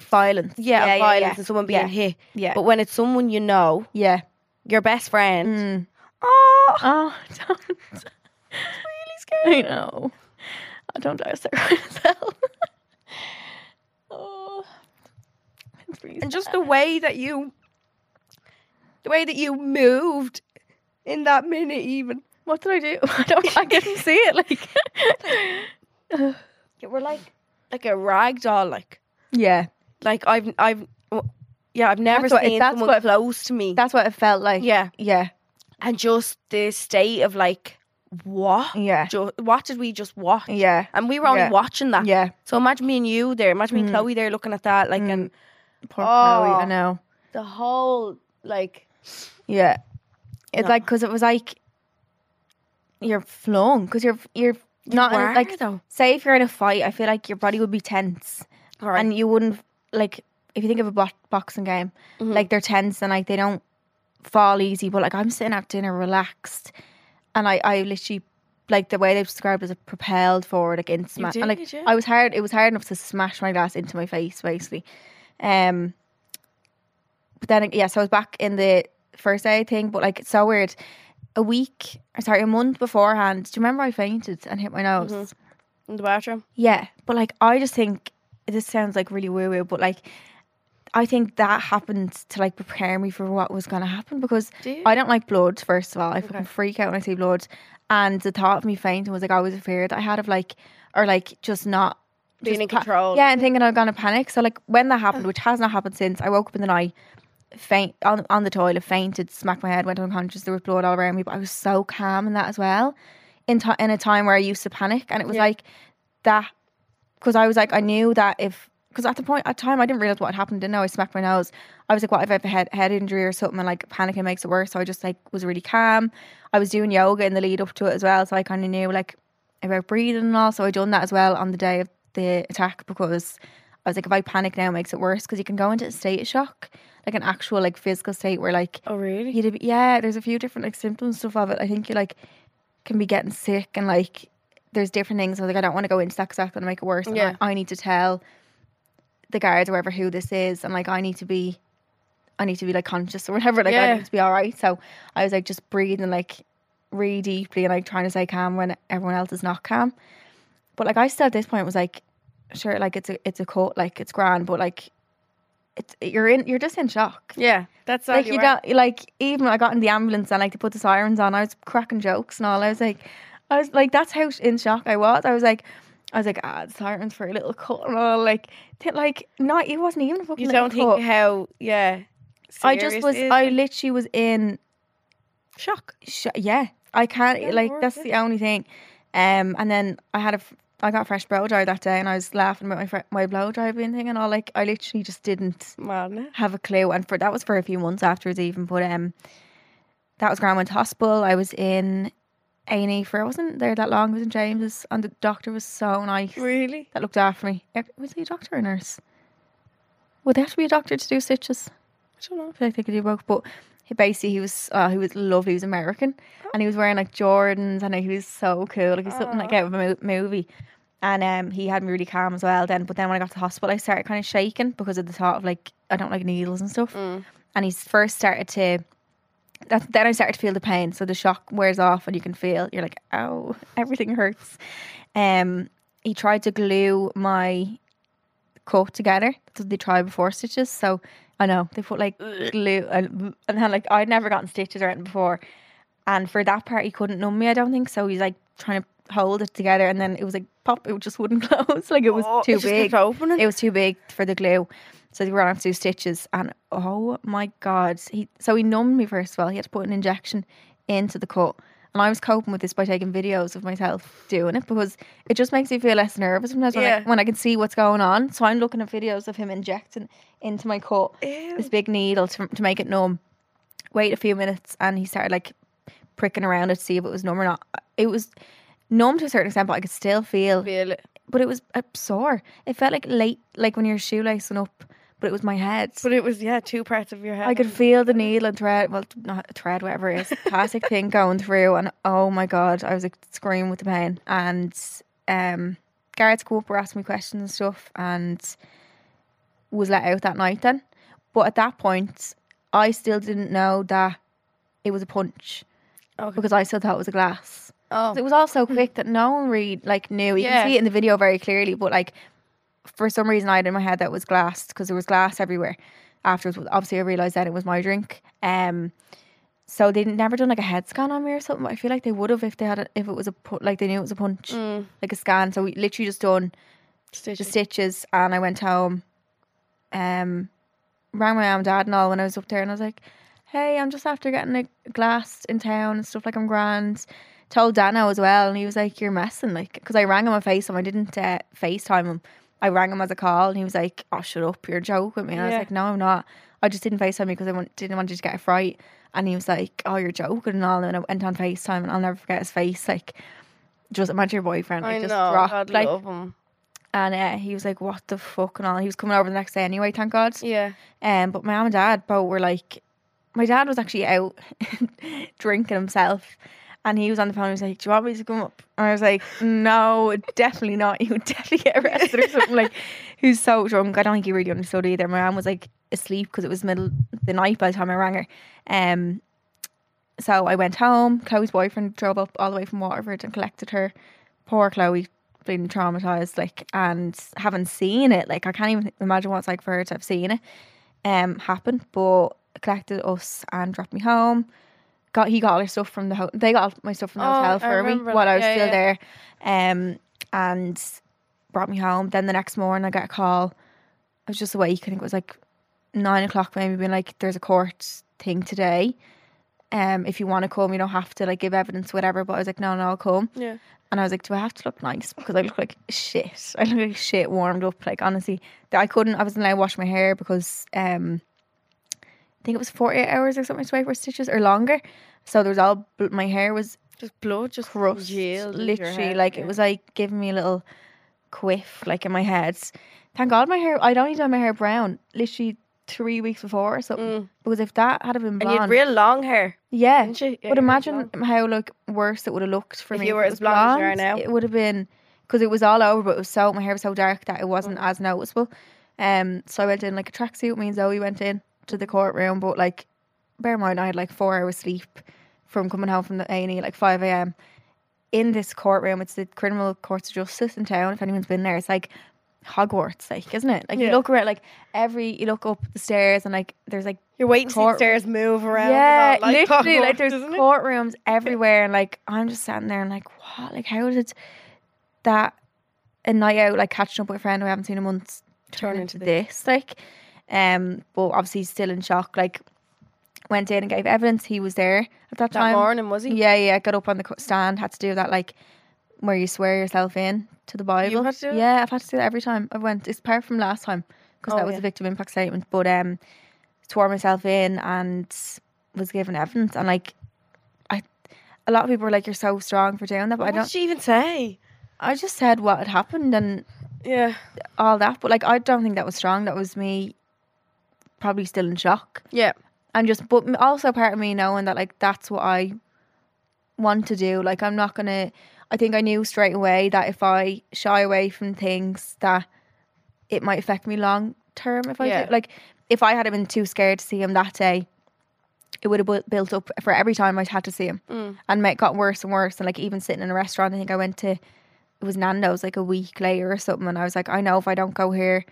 violence. yeah, of violence and someone being Yeah. hit, Yeah, but when it's someone you know, yeah. your best friend. Mm. Oh, Oh, don't. it's really scary. I know. I don't dare say it myself. oh, it's really and just the way that you, the way that you moved in that minute, even What did I do? I don't. I didn't see it. Like, you were like like a rag doll, like yeah, like I've I've w- yeah I've never That's what- seen that's someone what- close to me. that's what it felt like. yeah, yeah, and just the state of like what yeah, ju- what did we just watch? yeah, And we were only Yeah. watching that. yeah. So imagine me and you there. Imagine me and Mm. Chloe there looking at that, like, and Poor Oh. Chloe. I know. the whole like Yeah, it's No. like because it was like you're flung because you're you're not in- were, like though. say if you're in a fight, I feel like your body would be tense All right. and you wouldn't like if you think of a bo- boxing game, Mhm. like they're tense and like they don't fall easy. But like I'm sitting at dinner relaxed, and I I literally like the way they described it as propelled forward like in smash. And like did, yeah. I was hard, it was hard enough to smash my glass into my face basically. Um, but then yeah, so I was back in the first aid thing, but like it's so weird. A week, or sorry, a month beforehand. Do you remember I fainted and hit my nose? in the bathroom. Yeah, but like I just think this sounds like really woo woo, but like I think that happened to like prepare me for what was going to happen because Do you? I don't like blood. First of all, I Okay. fucking freak out when I see blood, and the thought of me fainting was like I was afraid I had of like or like just not Being just in control. Yeah, and thinking I'm gonna panic. So like when that happened, which has not happened since, I woke up in the night. Faint on, on the toilet, fainted, smacked my head, went unconscious. There was blood all around me, but I was so calm in that as well. In ti in a time where I used to panic, and it was Yeah. like that because I was like, I knew that if because at the point at the time I didn't realize what had happened, didn't know I smacked my nose. I was like, what if I have a head head injury or something? And like panicking makes it worse. So I just like was really calm. I was doing yoga in the lead up to it as well, so I kind of knew like about breathing and all. So I done that as well on the day of the attack because I was like, if I panic now, it makes it worse because you can go into a state of shock, like an actual like physical state where like Oh really? you'd have- yeah, there's a few different like symptoms stuff of it. I think you like can be getting sick and like there's different things. I was like, I don't want to go into that because that's gonna make it worse. And Yeah. I, I need to tell the guards or whoever who this is, and like I need to be, I need to be like conscious or whatever. Like Yeah. I need to be all right. So I was like just breathing like really deeply and like trying to stay calm when everyone else is not calm. But like I still at this point was like, sure, like it's a it's a coat, like it's grand, but like. It's, you're in. You're just in shock Yeah, that's all like you don't like even when I got in the ambulance and like they put the sirens on, I was cracking jokes and all. I was like, I was like, that's how sh- in shock I was. I was like, I was like, ah, the sirens for a little cut and all. Like, th- like not it wasn't even a fucking. You little don't think cut. how yeah. I just serious was. it is. I literally was in. shock. Sh- yeah, I can't. Yeah, like Laura, that's yeah. the only thing. Um, and then I had a. f- I got a fresh blow dry that day, and I was laughing about my fr- my blow dry being thing and all. Like I literally just didn't Man, have a clue. And for that was for a few months afterwards, even. But um, that was Grand Went Hospital. I was in A and E for I wasn't there that long. I was in James's, and the doctor was so nice really? that looked after me. Eh, Was he a doctor or nurse? Would there have to be a doctor to do stitches? I don't know. I feel like they could do both, but. He basically, he was uh, he was lovely. He was American, and he was wearing like Jordans, and like, he was so cool, like he's something like out of a mo- movie. and um, he had me really calm as well. Then, but then when I got to the hospital, I started kind of shaking because of the thought of like I don't like needles and stuff. And he's first started to. That, then I started to feel the pain, so the shock wears off, and you can feel you're like, oh, everything hurts. Um, he tried to glue my cut together. That's what they try before stitches. So I know they put like glue uh, and, and then like I'd never gotten stitches or anything before. And for that part, he couldn't numb me. I don't think so. He's like trying to hold it together, and then it was like pop. It just wouldn't close. Like it was Oh, too it just big. kept opening. It was too big for the glue. So they were gonna have to do stitches. And oh my god, he so he numbed me first of all. He had to put an injection into the cut. And I was coping with this by taking videos of myself doing it because it just makes you feel less nervous sometimes when, Yeah. I, when I can see what's going on. So I'm looking at videos of him injecting into my cut this big needle to, to make it numb. Wait a few minutes, and he started like pricking around it to see if it was numb or not. It was numb to a certain extent, but I could still feel, Feel it. but it was uh, sore. It felt like late, like when you're shoelacing up, but it was my head. But it was yeah, two parts of your head. I could feel the needle and thread, well, not thread, whatever it is, plastic thing going through, and oh my god, I was like screaming with the pain. And um, guards come up, were asking me questions and stuff, and was let out that night then. But at that point, I still didn't know that it was a punch Okay. because I still thought it was a glass. Oh. It was all so quick that no one really like knew. You Yeah. can see it in the video very clearly, but like for some reason I had in my head that it was glass because there was glass everywhere. Afterwards, but obviously I realised that it was my drink. Um, so they never done like a head scan on me or something. but I feel like they would have if they had a, if it was a pu- like they knew it was a punch, like a scan. So we literally just done the Stitches. stitches and I went home. Um, rang my mum and dad and all when I was up there and I was like, "Hey, I'm just after getting a glass in town and stuff like I'm grand." Told Dano as well and he was like, "You're messing," like because I rang him on Facetime. I didn't uh, Facetime him. I rang him as a call and he was like, "Oh, shut up, you're joking me." And I was Yeah. like, "No, I'm not. I just didn't Facetime you because I want, didn't want you to get a fright." And he was like, "Oh, you're joking and all." And I went on Facetime and I'll never forget his face. Like, just imagine your boyfriend. Like, I know. just rocked, God like, love 'em. and uh, he was like, "What the fuck?" and all. He was coming over the next day anyway, thank God. Yeah. Um, but my mum and dad both were like, my dad was actually out drinking himself, and he was on the phone. He was like, "Do you want me to come up?" And I was like, "No, definitely not. You would definitely get arrested or something." like, who's so drunk? I don't think he really understood either. My mum was like asleep because it was middle the night by the time I rang her. Um, so I went home. Chloe's boyfriend drove up all the way from Waterford and collected her. Poor Chloe, being traumatized, like, and haven't seen it. Like, I can't even imagine what it's like for her to have seen it um happen. But collected us and dropped me home. Got he got all her stuff from the hotel. They got all my stuff from the Oh, I hotel for me remember while that. I was Yeah, still yeah. there. Um, and brought me home. Then the next morning, I got a call. I was just awake. I think it was like nine o'clock, maybe being like, "There's a court thing today. Um, if you want to come, you don't have to like give evidence, whatever." But I was like, "No, no, I'll come." Yeah. And I was like, "Do I have to look nice? Because I look like shit. I look like shit warmed up. Like honestly, that I couldn't. I wasn't allowed to wash my hair because um, I think it was forty eight hours or something to wait for stitches or longer. So there was all bl- my hair was Just blood, just crust, yield into your literally. head, like yeah. it was like giving me a little quiff, like in my head. Thank God my hair. I'd only done my hair brown literally three weeks before or something. Because if that had have been Mm. And blonde, you had real long hair. yeah. didn't you? Yeah, but your hair was imagine how like worse it would have looked for If me. you were it as was blonde as you are now. It would have been because it was all over, but it was so my hair was so dark that it wasn't Mm. as noticeable. Um, so I went in like a tracksuit. Me and Zoe went in to the courtroom, but like, bear in mind I had like four hours sleep from coming home from the A and E like five a.m. In this courtroom, it's the Criminal Courts of Justice in town. If anyone's been there, it's like Hogwarts, like isn't it? Like you Yeah. look around, like every you look up the stairs, and like there's like You're waiting to see Court- the stairs move around. yeah, and all, like, literally, Hogwarts, like there's isn't it? courtrooms everywhere, and like I'm just sitting there and like, what? Like, how did that a night out, like catching up with a friend who I haven't seen in months, turn, Turn into into this. Like, um, but obviously still in shock. Like, went in and gave evidence. He was there at that, That time. morning, was he? Yeah, yeah. Got up on the co- stand, had to do that, like where you swear yourself in to the Bible. had to do it? yeah, I've had to do that every time I went. It's apart from last time because Oh, that was yeah. a victim impact statement. But um, swore myself in and was given evidence, and like, I, a lot of people were like, "You're so strong for doing that," but I What don't. did she even say? I just said what had happened and Yeah. all that, but like, I don't think that was strong. That was me, probably still in shock Yeah. and just but m- also part of me knowing that like that's what I want to do like I'm not gonna I think I knew straight away that if I shy away from things that it might affect me long term if I Yeah. do. like if I had been too scared to see him that day it would have bu- built up for every time I'd had to see him Mm. and it got worse and worse and like even sitting in a restaurant I think I went to it was Nando's like a week later or something and I was like I know if I don't go here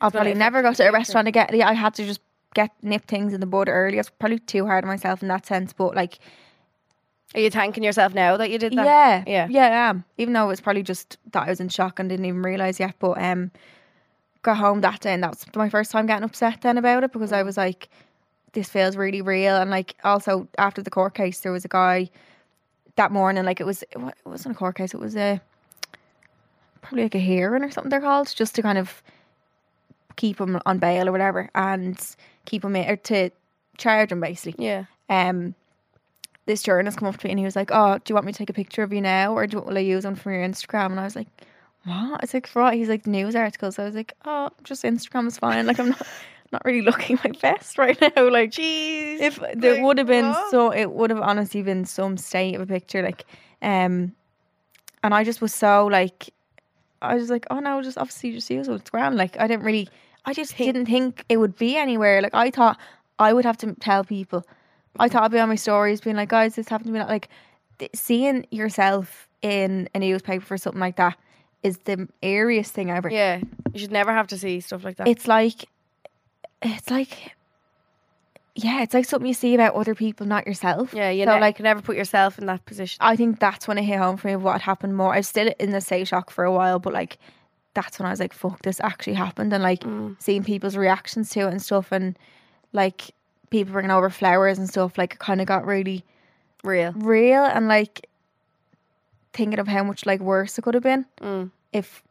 I'll probably affect never go your to a future. restaurant again yeah, I had to just get nip things in the bud early I was probably too hard on myself in that sense but like Are you thanking yourself now that you did that? yeah, Yeah. yeah, I am. Even though it's probably just that I was in shock and didn't even realize yet. But um, got home that day, and that's my first time getting upset then about it because I was like, this feels really real. And like, also after the court case, there was a guy that morning. Like, it was it wa- it wasn't a court case. It was a probably like a hearing or something they're called, just to kind of keep him on bail or whatever, and keep him or to charge him basically Yeah. um, this journalist come up to me and he was like, "Oh, do you want me to take a picture of you now, or do you, will I use one from your Instagram?" And I was like, "What?" It's like for what? He's like news articles. I was like, "Oh, just Instagram is fine. Like I'm not, not really looking my best right now. Like Jeez. if there Like, would have been what? so, it would have honestly been some state of a picture. Like, um, and I just was so like, I was like, oh no, just obviously just use what's grand. Like I didn't really, I just didn't think it would be anywhere. Like I thought I would have to tell people. I thought I'd be on my stories being like, guys, this happened to me. Like th- seeing yourself in a newspaper for something like that is the eeriest thing ever. Yeah. You should never have to see stuff like that. It's like, it's like, yeah, it's like something you see about other people, not yourself. yeah, you so know, like like can never put yourself in that position. I think that's when it hit home for me of what had happened more. I was still in the state of shock for a while, but like that's when I was like, fuck, this actually happened. And like Mm. seeing people's reactions to it and stuff, and like people bringing over flowers and stuff, like it kind of got really Real. real and like thinking of how much like worse it could have been Mm. if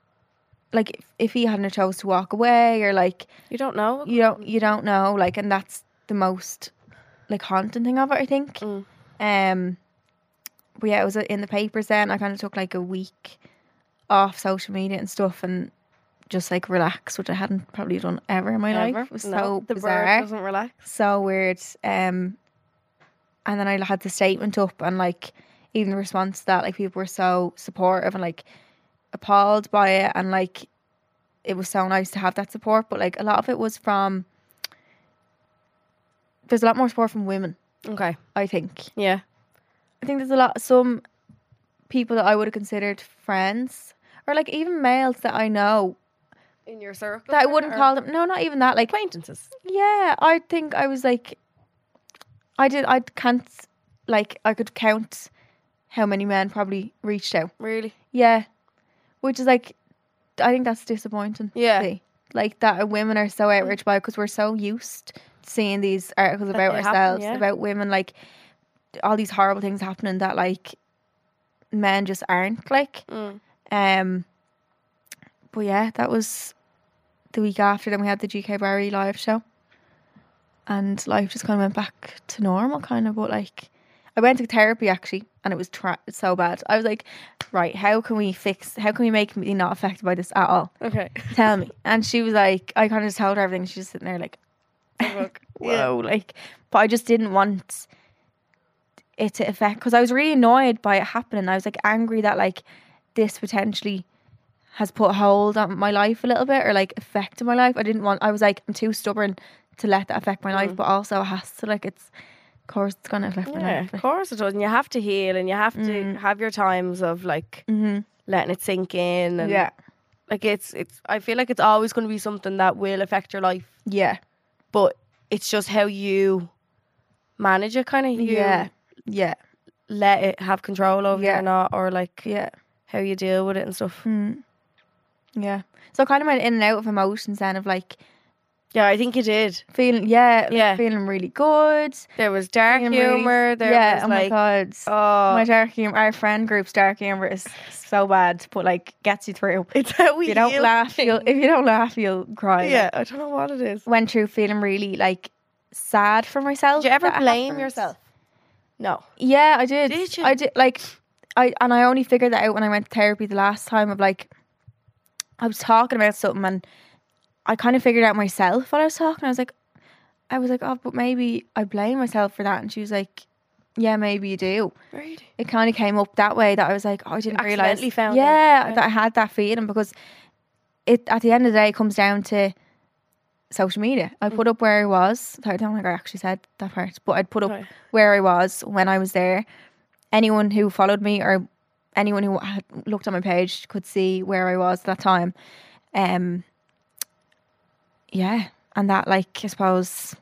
like if, if he hadn't have chose to walk away or like You don't know. you don't you don't know like and that's the most like haunting thing of it i think Mm. um but yeah it was uh, in the papers then i kind of took like a week off social media and stuff and just like relax which i hadn't probably done ever in my Ever. life it was No, so the bird bizarre doesn't relax. so weird um and then i had the statement up and like even the response to that like people were so supportive and like appalled by it and like it was so nice to have that support but like a lot of it was from there's a lot more support from women Okay. i think Yeah. I think there's a lot some people that I would have considered friends or like even males that I know In your circle. that I then, wouldn't or call them no not even that like acquaintances. yeah I think I was like I did I can't like I could count how many men probably reached out Really. yeah which is like I think that's disappointing Yeah. Mm. see. like that women are so outraged by because we're so used to seeing these articles about they happen, ourselves yeah. about women like all these horrible things happening that like men just aren't like Mm. um but yeah that was the week after then we had the GK Barry live show and life just kind of went back to normal kind of but like I went to therapy actually and it was tra- so bad I was like right how can we fix how can we make me not affected by this at all Okay. tell me. And she was like, I kind of just told her everything. She's just sitting there like, Look. Yeah. whoa, like, but I just didn't want it to affect because I was really annoyed by it happening. I was like angry that like this potentially has put a hold on my life a little bit or like affected my life. I didn't want. I was like, I'm too stubborn to let that affect my Mm. life, but also it has to like it's. Of course, it's gonna affect my Yeah, Mm. life. of course it does. And you have to heal and you have to have your times of like Mm-hmm. letting it sink in and Yeah, like it's it's I feel like it's always gonna be something that will affect your life. yeah, But it's just how you manage it kinda. You yeah, yeah, let it have control over you Yeah. or not or like yeah. how you deal with it and stuff. Mm. Yeah. So I kind of went in and out of emotions then of like Yeah, I think you did. feeling, yeah, like, Yeah. feeling really good. There was dark feeling really- humor, there yeah, was oh like my God. oh My dark humor, our friend group's dark humor is so bad, but like gets you through. it's how we If you don't heal laugh, you'll, things. if you don't laugh, you'll cry. Like, Yeah, I don't know what it is. went through feeling really like sad for myself. Did you ever that it blame happened. yourself? No. Yeah, I did. Did you? I did like I and I only figured that out when I went to therapy the last time of like I was talking about something and I kind of figured out myself what I was talking. I was like I was like, Oh, but maybe I blame myself for that and she was like Yeah, maybe you do. Right. It kind of came up that way that I was like, oh, I didn't realize. accidentally found out, yeah, yeah. that I had that feeling because it at the end of the day it comes down to social media. Mm. I put up where I was. I don't think I actually said that part, but I'd put up Right. where I was when I was there. Anyone who followed me or anyone who had looked at my page could see where I was at that time. Um, yeah, and that like I suppose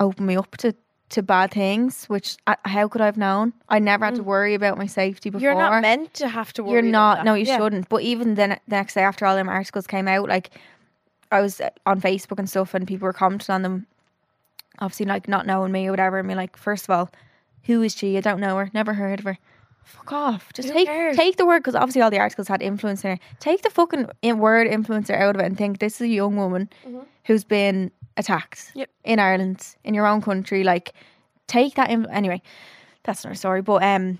opened me up to to bad things. Which uh, how could I have known? I never had to worry about my safety before. Mm. You're not meant to have to worry. You're like not. that. No, you Yeah. shouldn't. But even then, the next day after all them articles came out, like I was uh, on Facebook and stuff, and people were commenting on them, obviously like not knowing me or whatever. And me like, first of all, who is she? I don't know her. Never heard of her. Fuck off. Just Who take cares? take the word because obviously all the articles had influencer. in it. Take the fucking in- word influencer out of it and think this is a young woman who's been attacked Mm-hmm. Yep. in Ireland in your own country. Like, take that. In- anyway, that's not a story. But um,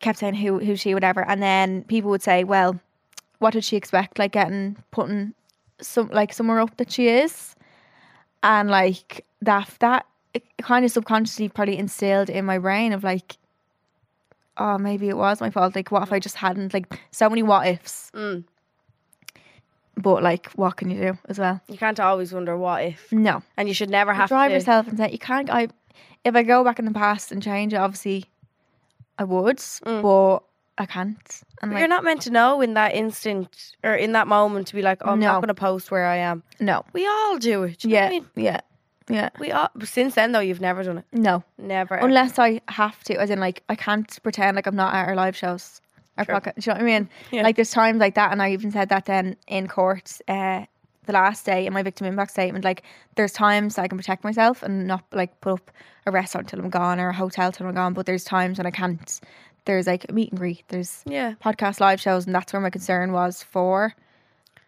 kept saying who who she whatever, and then people would say, well, what did she expect? Like getting putting some like somewhere up that she is, and like that that kind of subconsciously probably instilled in my brain of like. Oh, maybe it was my fault. Like, what if I just hadn't? Like, so many what ifs. Mm. But like, what can you do as well? You can't always wonder what if, No, and you should never have drive to. yourself and say you can't. I if I go back in the past and change it, obviously I would, but I can't. And Mm. But like, you're not meant to know in that instant or in that moment to be like, oh, I'm No. not going to post where I am. no, We all do it. do you know what I yeah, mean? yeah, yeah, We all. Since then though, you've never done it. no. Never. ever. Unless I have to, as in like I can't pretend like I'm not at our live shows. Our True. podcast, do you know what I mean? Yeah. Like there's times like that, and I even said that then in court, uh, the last day in my victim impact statement. Like there's times I can protect myself and not like put up a restaurant till I'm gone or a hotel till I'm gone, but there's times when I can't. There's like a meet and greet. There's Yeah. podcast live shows, and that's where my concern was for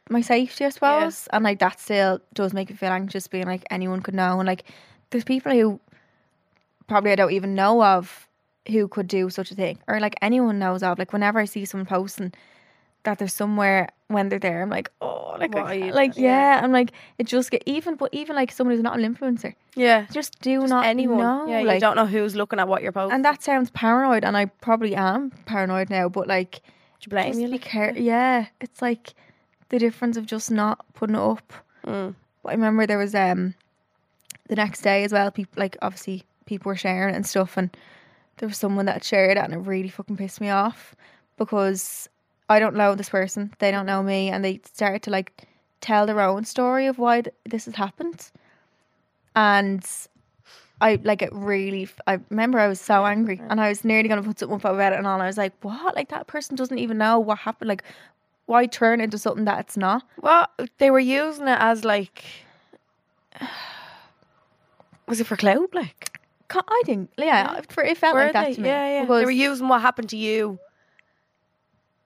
my safety, I suppose. And like that still does make me feel anxious, being like anyone could know, and like there's people who probably I don't even know of who could do such a thing, or like anyone knows of. Like whenever I see someone posting that they're somewhere when they're there, I'm like, oh, like, What are I, you like doing? Yeah. yeah. I'm like it just get even, but even like someone who's not an influencer, Yeah. just do not Anyone. know, yeah. like- you don't know who's looking at what you're posting. and that sounds paranoid, and I probably am paranoid now, but like. Do you blame Just you? be like? care- yeah, it's like the difference of just not putting it up. Mm. But I remember there was um the next day as well. People like obviously people were sharing it and stuff, and there was someone that had shared it, and it really fucking pissed me off because I don't know this person, they don't know me, and they started to like tell their own story of why th- this has happened, and. I like it really. f- I remember I was so angry, and I was nearly gonna put something up about it and all. And I was like, "What? Like that person doesn't even know what happened. Like, why turn into something that it's not?" Well, they were using it as like. Was it for clout? Like, Ca- I think, yeah, it- for it felt were like that they? to me. yeah, yeah. Because they were using what happened to you.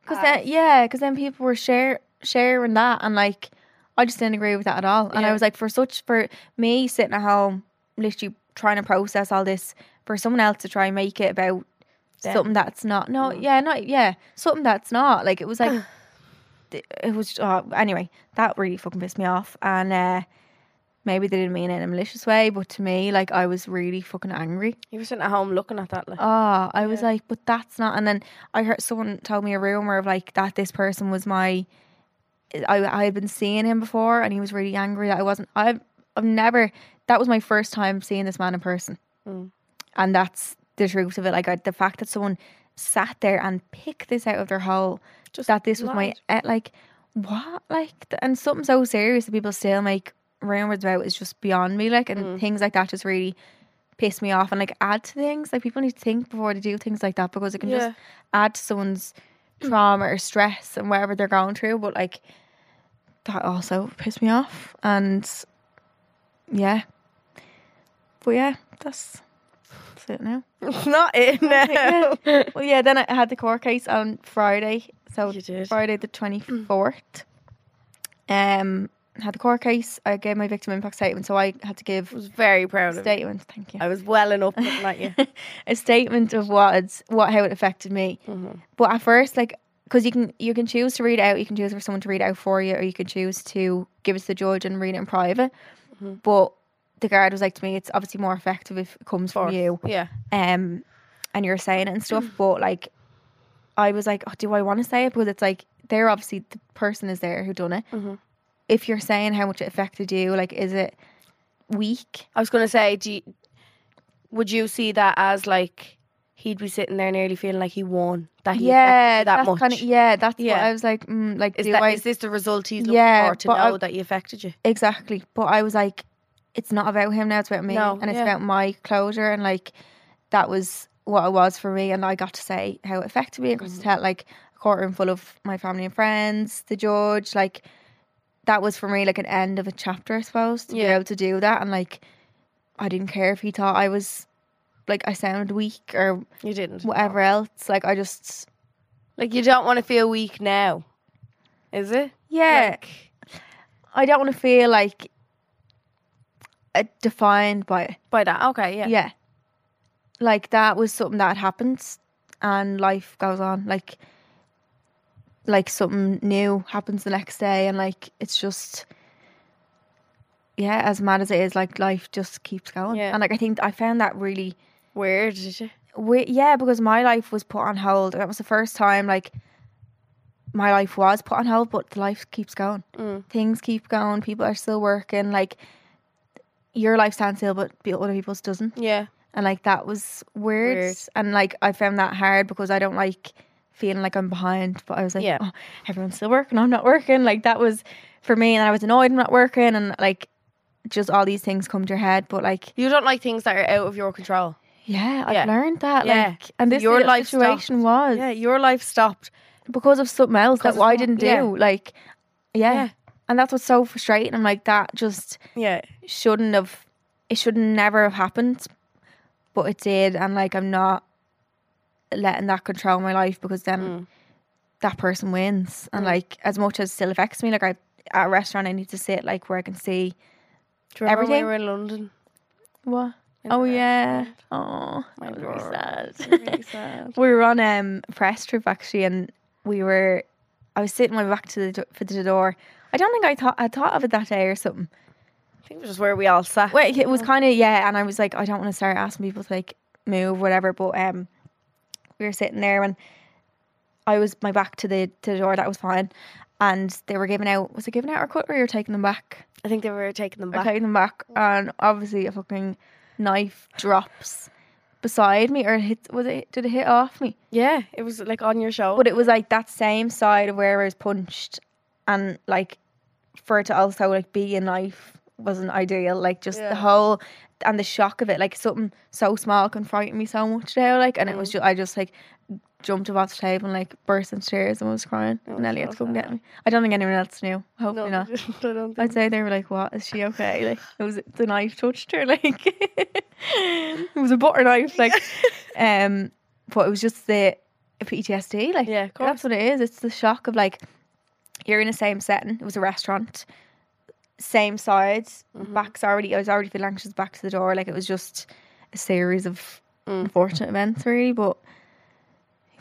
'cause then, yeah, 'cause then people were share, sharing that, and like, I just didn't agree with that at all. And Yeah. I was like, for such for me sitting at home, literally trying to process all this, for someone else to try and make it about Them. Mm. something that's not. No, yeah, not yeah, something that's not. Like it was like. th- It was oh, anyway. That really fucking pissed me off, and uh, maybe they didn't mean it in a malicious way, but to me, like I was really fucking angry. You were sitting at home looking at that. Like, Oh, I was like, but that's not. And then I heard someone tell me a rumor of like that this person was my. I I had been seeing him before, and he was really angry that I wasn't. I've I've never. That was my first time seeing this man in person, Mm. and that's the truth of it. Like I, the fact that someone sat there and picked this out of their hole, Just that this was lied. my eh, like what like th- and something so serious that people still make rumors about is just beyond me. Like and Mm. things like that just really piss me off and like add to things. Like people need to think before they do things like that because it can Yeah. just add to someone's trauma or stress and whatever they're going through. But like that also pissed me off. And yeah. But yeah, that's that's it now. it's Oh, not it now. Well yeah, then I had the court case on Friday. So You did. Friday the twenty fourth. Um had the court case. I gave my victim impact statement, so I had to give I was very proud of you. statements. Thank you. I was welling up looking at you. a statement of what it's, what how it affected me. But at first, like, because you can you can choose to read it out, you can choose for someone to read it out for you, or you can choose to give it to the judge and read it in private. But the guard was like to me, it's obviously more effective if it comes from course. you. Yeah. Um, and you're saying it and stuff, Mm. but like, I was like, oh, do I want to say it? Because it's like they're obviously the person is there who done it. Mhm. If you're saying how much it affected you, like, is it weak? I was going to say, do you, would you see that as like he'd be sitting there nearly feeling like he won? That he yeah, affected that that's much. Kinda, yeah, that's what Yeah. I was like, mm, like, Is, do that, I is this the result he's looking Yeah, for to but I- know that he affected you? Exactly. But I was like, it's not about him now, it's about me. No, and it's yeah. about my closure. And like, that was what it was for me. And I got to say how it affected me. I Mm-hmm. got to tell like a courtroom full of my family and friends, the judge. Like, that was for me like an end of a chapter, I suppose, to be Yeah. able to do that. And like, I didn't care if he thought I was like I sounded weak or You didn't. whatever else. Like, I just, Like you don't want to feel weak now, is it? yeah. Like, I don't want to feel like uh, defined by it. by that. Okay. Yeah. yeah. Like that was something that happened and life goes on. Like like something new happens the next day and like it's just yeah, as mad as it is, like life just keeps going. Yeah. And like I think I found that really Weird. Is it? we- yeah, because my life was put on hold. And that was the first time like my life was put on hold, but life keeps going. Mm. Things keep going, people are still working, like your life stands still but the other people's doesn't Yeah. and like that was weird. Weird. and like I found that hard because I don't like feeling like I'm behind but I was like Yeah. oh, everyone's still working I'm not working like that was for me and I was annoyed I'm not working and like just all these things come to your head but like You don't like things that are out of your control. yeah, Yeah. I've learned that Yeah. like and this Your little life situation was Yeah. Your life stopped. because of something else Because that of I some- didn't do yeah. like yeah. Yeah. and that's what's so frustrating I'm like that just Yeah. shouldn't have it should never have happened but it did and like i'm not letting that control my life because then Mm. that person wins and Mm. like as much as it still affects me like i at a restaurant i need to sit like where i can see Do you remember Everything? when we were in London? what In oh the yeah restaurant? oh My that was God. really sad Really sad. we were on um press trip actually and we were i was sitting my back to the, do- for the door i don't think i thought i thought of it that day or something I think it was just where we all sat. Wait, it was kind of yeah, and I was like, I don't want to start asking people to like move, whatever. But um, we were sitting there and I was my back to the to the door. That was fine, and they were giving out. Was it giving out our cutlery or taking them back? I think they were taking them Or back. taking them back, and obviously a fucking knife drops beside me, or it hit was it did it hit off me? Yeah. It was like on your show. But it was like that same side of where I was punched, and like for it to also like be a knife wasn't ideal. Like just Yeah. the whole and the shock of it, like something so small can frighten me so much now. Like, and it Mm. was just I just like jumped off the table and like burst into tears and was crying. Oh, and Elliot so come sad. get me. I don't think anyone else knew. no, Hopefully not. I don't I'd think. say they were like, "What is she okay?" Like it was the knife touched her. Like it was a butter knife. Like, um, but it was just the PTSD. Like, Yeah, of that's what it is. It's the shock of like you're in the same setting. It was a restaurant, same sides. Mm-hmm. Backs already. I was already feeling anxious. Back to the door. Like it was just a series of Mm. unfortunate events, really. But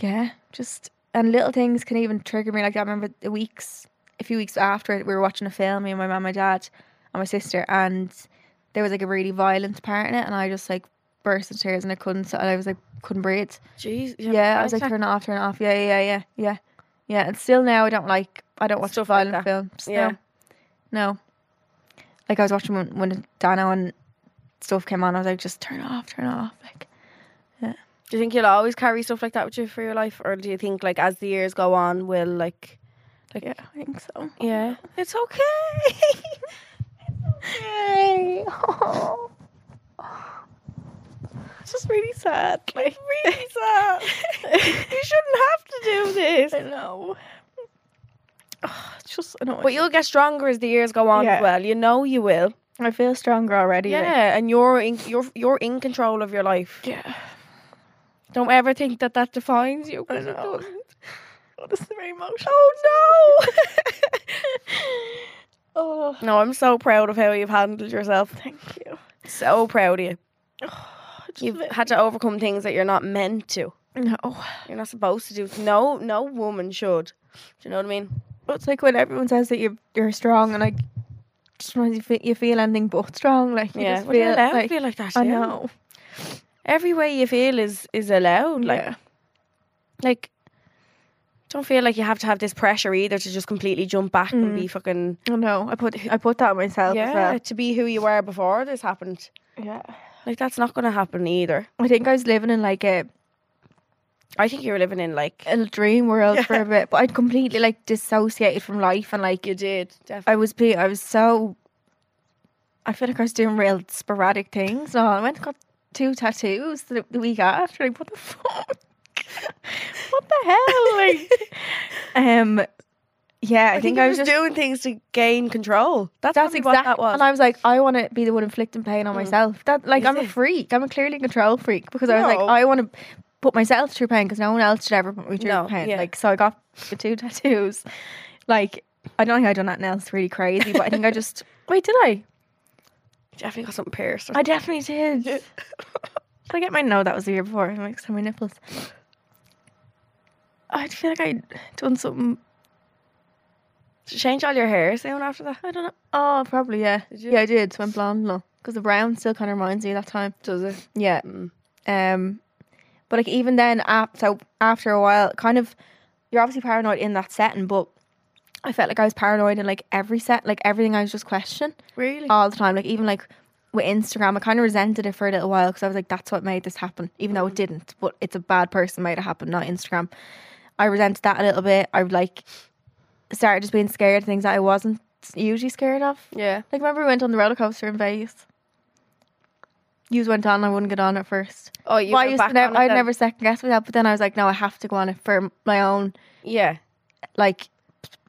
yeah, just and little things can even trigger me. Like I remember the weeks, a few weeks after it, we were watching a film. Me and my mum, my dad, and my sister, and there was like a really violent part in it, and I just like burst into tears and I couldn't. And I was like, couldn't breathe. Jeez. Yeah, you had a I panic was like, attack. turn it off, turn it off. Yeah, yeah, yeah, yeah, yeah. And still now, I don't like. I don't watch Stuff like violent that. films. Yeah. No, no. Like I was watching when, when Dano and stuff came on. I was like, just turn it off, turn it off. Like Do you think you'll always carry stuff like that with you for your life, or do you think like as the years go on, will like, like yeah, I think so. yeah, it's okay. Yay! Oh. It's just really sad. Like really sad. you shouldn't have to do this. I know. Oh, it's just annoying. but you'll get stronger as the years go on Yeah. as well. You know you will. I feel stronger already. Yeah, like- and you're in you're you're in control of your life. yeah. Don't ever think that that defines you. I 'cause it know. doesn't. Oh, this is very emotional. Oh no. oh, No, I'm so proud of how you've handled yourself. thank you. So proud of you. Oh, just You've very- had to overcome things that you're not meant to. no. You're not supposed to do. No, no woman should. Do you know what I mean? It's like when everyone says that you're you're strong and like sometimes you feel, you feel anything but strong. Like you Yeah, just well, you're feel allowed to like, feel like that, I yeah. know. Every way you feel is is allowed. Like yeah. like don't feel like you have to have this pressure either to just completely jump back and be fucking I know. I put I put that on myself as Mm. yeah well. to be who you were before this happened. Yeah. Like that's not going to happen either. I think I was living in like a, I think you're living in like a dream world for a bit, but I'd completely like dissociated from life and like you did definitely. I was being, I was so. I feel like I was doing real sporadic things. No, I went and got two tattoos the, the week after. Like, what the fuck? what the hell? Like, um, yeah, I, I, think I was just. doing things to gain control. That's, that's that's exactly what that was. Mm. And I was like, I want to be the one inflicting pain on myself. That like, Is I'm a it? freak. I'm a clearly control freak because I was like, No. I want to put myself through pain because no one else should ever put me through No, pain. yeah. Like, so I got the two tattoos. Like, I don't think I done that else really crazy, but I think I just wait. Did I? definitely got something pierced. or I definitely did. Did I get my no? That was the year before. I'm like, so my nipples. I feel like I done something. Did you change all your hair soon after that? I don't know. Oh, probably yeah. Did you? Yeah, I did. So I'm blonde now because the brown still kind of reminds me of that time. Does it? Yeah. Mm. Um, but like even then, ap- so after a while, kind of, you're obviously paranoid in that setting, but I felt like I was paranoid in like every set, like everything I was just questioning. Really? all the time. Like even like with Instagram, I kind of resented it for a little while because I was like, that's what made this happen, even Mm. though it didn't. But it's a bad person made it happen, not Instagram. I resented that a little bit. I like started just being scared of things that I wasn't usually scared of. yeah. Like remember we went on the roller coaster in Vegas. You went on, I wouldn't get on at first. Oh, you Well, I went used back to never, on it I'd then. never second guess with that, but then I was like, no, I have to go on it for my own Yeah. like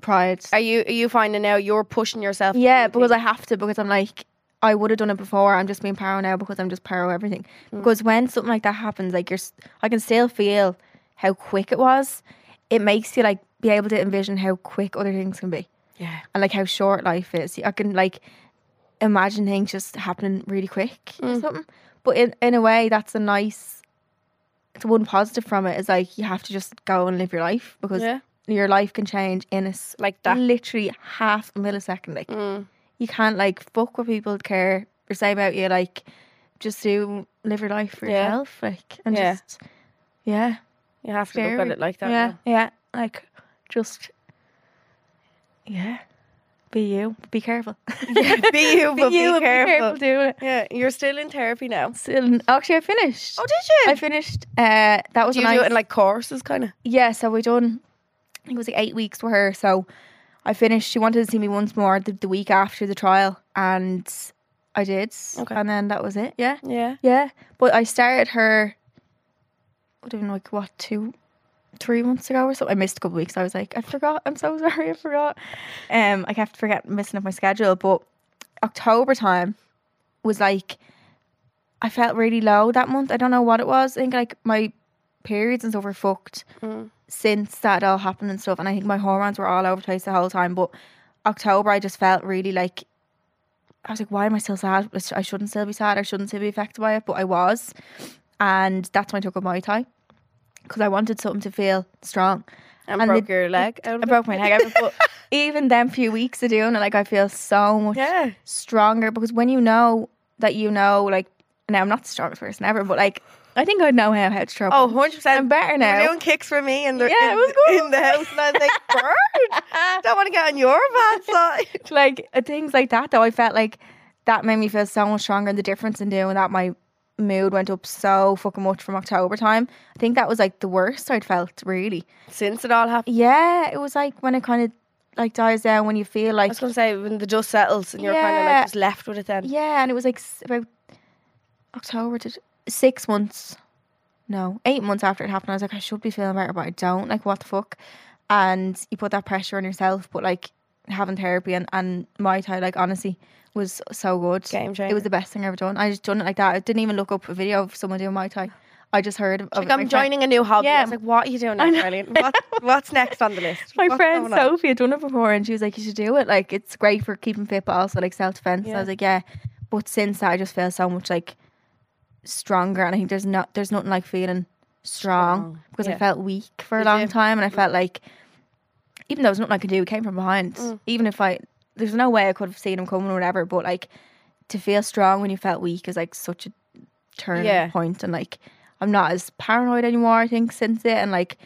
pride. Are you are you finding now you're pushing yourself? to Yeah, do because I things? have to because I'm like I would have done it before. I'm just being paro now because I'm just paro everything. Mm. Because when something like that happens, like you're, s- I can still feel how quick it was. It makes you like be able to envision how quick other things can be yeah. and like how short life is. I can like imagine things just happening really quick Mm. or something. But in in a way, that's a nice. The one positive from it is like you have to just go and live your life because Yeah. your life can change in a s- Like that. literally half a millisecond. Like Mm. you can't like fuck what people care or say about you. Like, just do live your life for Yeah. yourself. Like, and Yeah. just yeah, You have to look Scary. at it like that. yeah, now. yeah. Like, just yeah, be you. Be careful. Be you, but be, you and careful. doing it. Yeah, you're still in therapy now. Still, actually, I finished. Oh, did you? I finished. Uh, that was do you when I do was- it in like courses, kind of? yeah. So we done. I think it was like eight weeks with her. So I finished. She wanted to see me once more the, the week after the trial, and I did. Okay. And then that was it. Yeah. Yeah. Yeah, but I started her. I don't know, like what two, three months ago or so. I missed a couple of weeks. I was like, I forgot. I'm so sorry, I forgot. Um, I kept forgetting missing up my schedule, but October time was like, I felt really low that month. I don't know what it was. I think like my periods and stuff were fucked Mm. since that all happened and stuff. And I think my hormones were all over the place the whole time. But October, I just felt really like I was like, why am I still sad? I sh- I shouldn't still be sad. I shouldn't still be affected by it, but I was. And that's when I took up my tie because I wanted something to feel strong. And, And broke the- your leg. out of I it. broke my leg, out, but even them few weeks of doing it, like I feel so much Yeah. stronger because when you know that you know, like now I'm not the strongest person ever, but like I think I know how, how to throw. Oh, 100 percent. I'm better They were now. doing kicks for me, and they're Yeah, in, it was good. in the house, and I was like, "Bird, don't want to get on your bad side." like uh, things like that though i felt like that made me feel so much stronger and the difference in doing that my mood went up so fucking much from october time i think that was like the worst i'd felt really Since it all happened, yeah it was like when it kind of like dies down when you feel I like was gonna say when the dust settles, and you're kind of Yeah. like just left with it. Then yeah and it was like s- about october to six months no eight months after it happened i was like i should be feeling better but i don't like what the fuck and you put that pressure on yourself but like having therapy and, and my time like honestly was so good Game It was the best thing I've ever done. I just done it like that. I didn't even look up a video of someone doing my Thai. I just heard of like my I'm friend- joining a new hobby. Yeah. I was like, "What are you doing, I know. now, Eileen? What, what's next on the list?" My What's friend going on? Sophie had done it before and she was like, You should do it. Like it's great for keeping fit but also like self defence. And I Yeah. was like, Yeah. But since that I just feel so much like stronger and I think there's not there's nothing like feeling strong, Strong, because I yeah. felt weak for a Did long you? Mm. time and I felt like even though there's nothing I could do, it came from behind. Even if I there's no way I could have seen him coming or whatever, but like to feel strong when you felt weak is like such a turning Yeah. point and like I'm not as paranoid anymore, I think, since it and like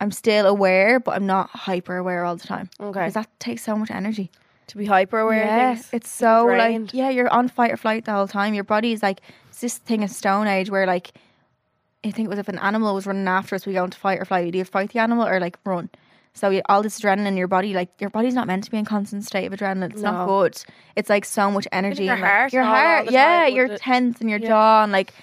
I'm still aware, but I'm not hyper aware all the time. Okay. Because that takes so much energy. to be hyper aware. of Yeah, things. it's so drained. like yeah, you're on fight or flight the whole time. Your body is like it's this thing of stone age where like I think it was if an animal was running after us, we go into fight or flight. Either fight the animal or like run. So you, all this adrenaline in your body, like your body's not meant to be in constant state of adrenaline. It's not No. good. It's like so much energy. your and, like, heart your and all that all heart, the yeah, time, your wouldn't it? tense and your Yeah. jaw and like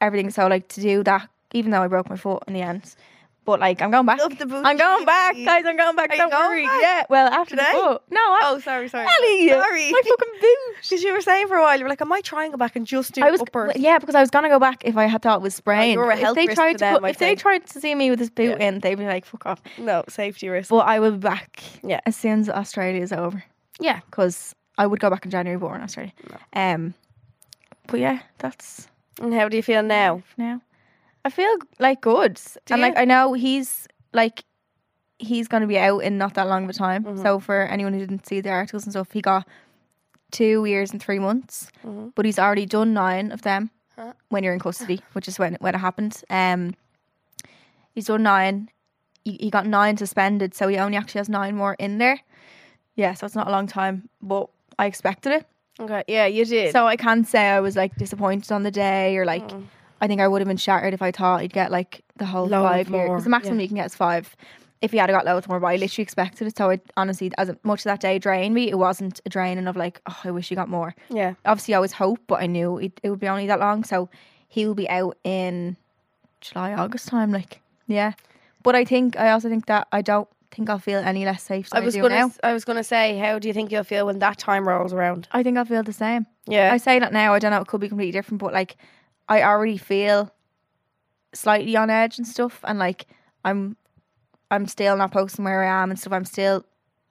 everything. So like to do that, even though I broke my foot in the end, but like I'm going back. Love the I'm going back, booty. guys. I'm going back. Are you Don't going worry. back? Yeah. Well, after Today? the foot. No. I, Oh, sorry, sorry. Ellie, Sorry. my fucking boot. Because you were saying for a while, you were like, am I trying to go back and just do I was upper? yeah, because I was gonna go back if I had thought it was sprained. you were Oh, a If health they risk tried to to, them, put- I'd if they think. tried to see me with this boot in, they'd be like, "Fuck off." No, safety risk. But I will be back. Yeah. as soon as Australia is over. Yeah. because I would go back in January, but we're in Australia. Um, but yeah, that's And how do you feel now? for now. I feel like good, and you? like I know he's like he's gonna be out in not that long of a time. Mm-hmm. So for anyone who didn't see the articles and stuff, he got two years and three months, Mhm. but he's already done nine of them Huh. when you're in custody, which is when when it happened. Um, he's done nine. He, he got nine suspended, so he only actually has nine more in there. Yeah, so it's not a long time, but I expected it. Okay. Yeah, you did. So I can't say I was like disappointed on the day or like Mm. I think I would have been shattered if I thought he'd get like the whole Loads five years. more, Because the maximum you can get is five. If he had got loads more, but I literally expected it. So I honestly, as much as that day drained me, it wasn't a draining of like, oh, I wish he got more. yeah. Obviously, I always hope, but I knew it, it would be only that long. So he will be out in July, August time. Like, yeah. But I think I also think that I don't think I'll feel any less safe. Than I I, was do gonna. now. s- I was gonna say, how do you think you'll feel when that time rolls around? I think I'll feel the same. Yeah. I say that now. I don't know. It could be completely different, but like, I already feel slightly on edge and stuff, and like, I'm, I'm still not posting where I am and stuff. I'm still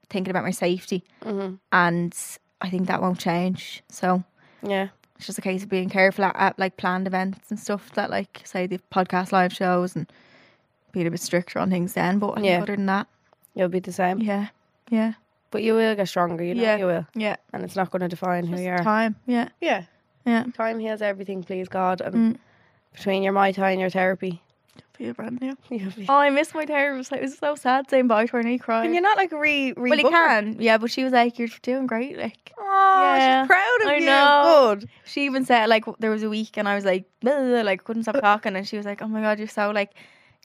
thinking about my safety, Mm-hmm. Mhm. and I think that won't change. So yeah. it's just a case of being careful at, at like planned events and stuff that, like, say the podcast live shows and being a bit stricter on things then. But I think Yeah. other than that, You'll be the same, yeah, yeah, but you will get stronger. You know, Yeah. you will, yeah. and it's not going to define who Just you are. time, yeah, Yeah. Mm. yeah. Time heals everything, please God. And between your my tie and your therapy, Feel brand new. you'll be. Oh, I miss my therapist. It was so sad saying bye to her and he cried. Can you not like re? re Well, he can. Yeah, but she was like, "You're doing great." Like Oh, Yeah. she's proud of I you. know. Good. she even said, like w- there was a week, and I was like, "Bleh," like couldn't Uh. stop talking, and she was like, "Oh my god, you're so like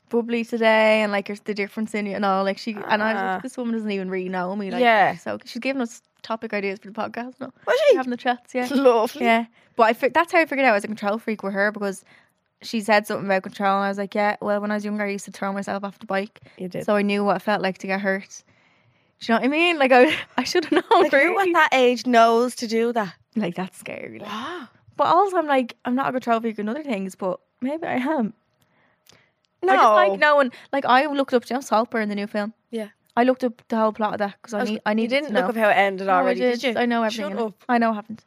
bubbly today, and like there's the difference in you and all." Like she and I was Ah. like, "This woman doesn't even really know me." Like, Yeah. So she's giving us topic ideas for the podcast. No, Was We're she? having the chats? Yeah, Lovely. yeah. But I fi- that's how I figured out I was a control freak with her because she said something about control, and I was like, "Yeah, well, when I was younger, I used to throw myself off the bike, You did. so I knew what it felt like to get hurt." Do you know what I mean? Like I, I should have known. like who really. at that age knows to do that? Like that's scary. like. Wow. But also, I'm like, I'm not a control freak in other things, but maybe I am. No. I just like knowing. Like I looked up John Salper in the new film. Yeah. I looked up the whole plot of that because I, need. I you need. didn't to know. look up how it ended No, I already, did. did. you? I know everything. Shut in it. up. I know what happened.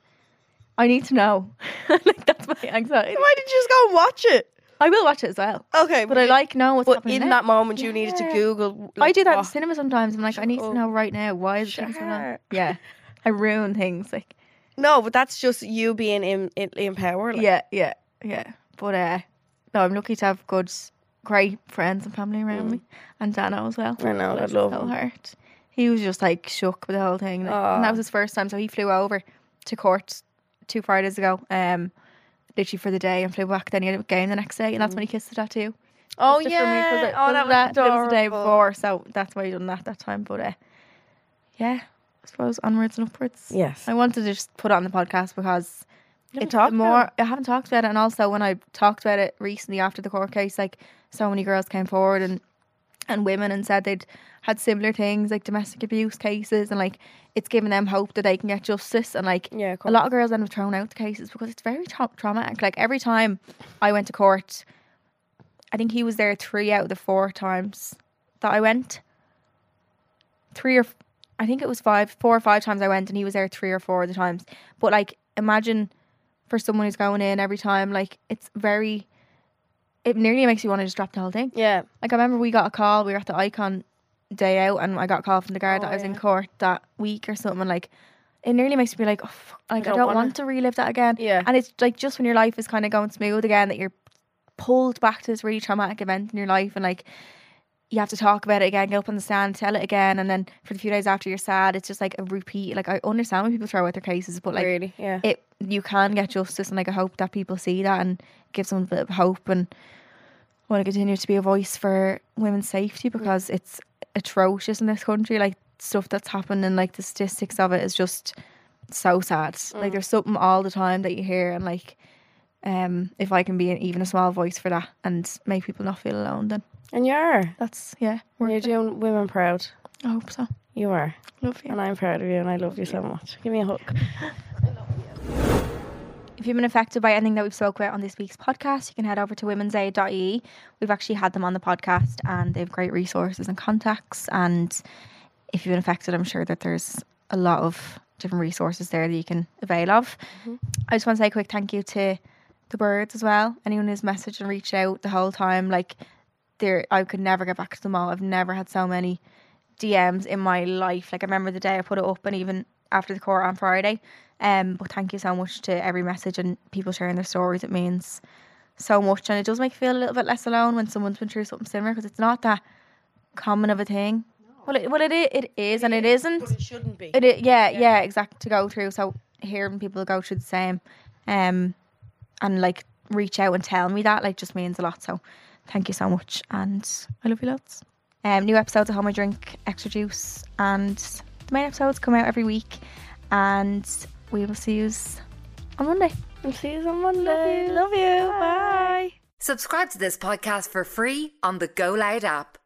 I need to know. like that's my anxiety. Why didn't you just go and watch it? I will watch it as well, Okay, but I like know what's But happening. in now. that moment, you needed to Yeah. Google. oh. I do that in what- cinema sometimes. I'm like, I need to up. know right now why is it going on. Sure. Yeah, I ruin things. Like No, but that's just you being in in, in power. Like, Yeah, yeah, yeah. But uh, no, I'm lucky to have good, great friends and family around me, and Dano as well. Mm. I know. I Bless love his little him. heart. He was just like shook with the whole thing, like, and Aw. that was his first time. So he flew over to court two Fridays ago, um, literally for the day, and flew back. Then he had a game the next day, and that's when he kissed the tattoo. Oh Just for me, 'cause yeah. it- Oh, 'cause that was that was the day adorable. before, so that's why he done that that time. But uh, yeah, I suppose onwards and upwards. Yes. I wanted to just put it on the podcast because Didn't it talk about more. I haven't talked about it, and also when I talked about it recently after the court case, like so many girls came forward and and women and said they'd had similar things like domestic abuse cases, and like it's given them hope that they can get justice, and like Yeah, of a lot of girls end up thrown out the cases because it's very tra- traumatic. Like every time I went to court, I think he was there three out of the four times that I went. Three or f- I think it was five, four or five times I went, and he was there three or four of the times. But like, imagine for someone who's going in every time, like it's very. It nearly makes you want to just drop the whole thing. Yeah. Like I remember we got a call. We were at the Icon day out and I got a call from the guard Oh, that I was in court that week or something. Like, it nearly makes me like, oh, fuck, like I don't don't wanna. want to relive that again. Yeah. And it's like just when your life is kind of going smooth again that you're pulled back to this really traumatic event in your life and like you have to talk about it again, get up on the stand, tell it again, and then for the few days after you're sad, it's just like a repeat. Like I understand when people throw out their cases, but like really, yeah. it you can get justice and like I hope that people see that and give some bit of hope and want to continue to be a voice for women's safety because it's atrocious in this country like stuff that's happened and like the statistics of it is just so sad like there's something all the time that you hear and like um if I can be an, even a small voice for that and make people not feel alone then and you are. that's yeah worth You're it. doing women proud. I hope so You are. love you And I'm proud of you and I love you so much. Give me a hook. If you've been affected by anything that we've spoke about on this week's podcast, you can head over to womensaid.ie. E. We've actually had them on the podcast and they have great resources and contacts. And if you've been affected, I'm sure that there's a lot of different resources there that you can avail of. I just want to say a quick thank you to the birds as well. Anyone who's messaged and reached out the whole time, like there, I could never get back to them all. I've never had so many DMs in my life. Like I remember the day I put it up, and even after the court on Friday. Um, but thank you so much to every message and people sharing their stories. It means so much, and it does make you feel a little bit less alone when someone's been through something similar because it's not that common of a thing. Well, it, well, it i- it is, and it isn't. It shouldn't be. It, i- yeah, yeah, exactly. To go through, so hearing people go through the same, um, and like reach out and tell me that like just means a lot. So, thank you so much, and I love you lots. Um, new episodes of How My Drink, Extra Juice, and the main episodes come out every week, and we will see you on Monday. I'll see you on Monday. Love you. Bye. Subscribe to this podcast for free on the Go Loud app.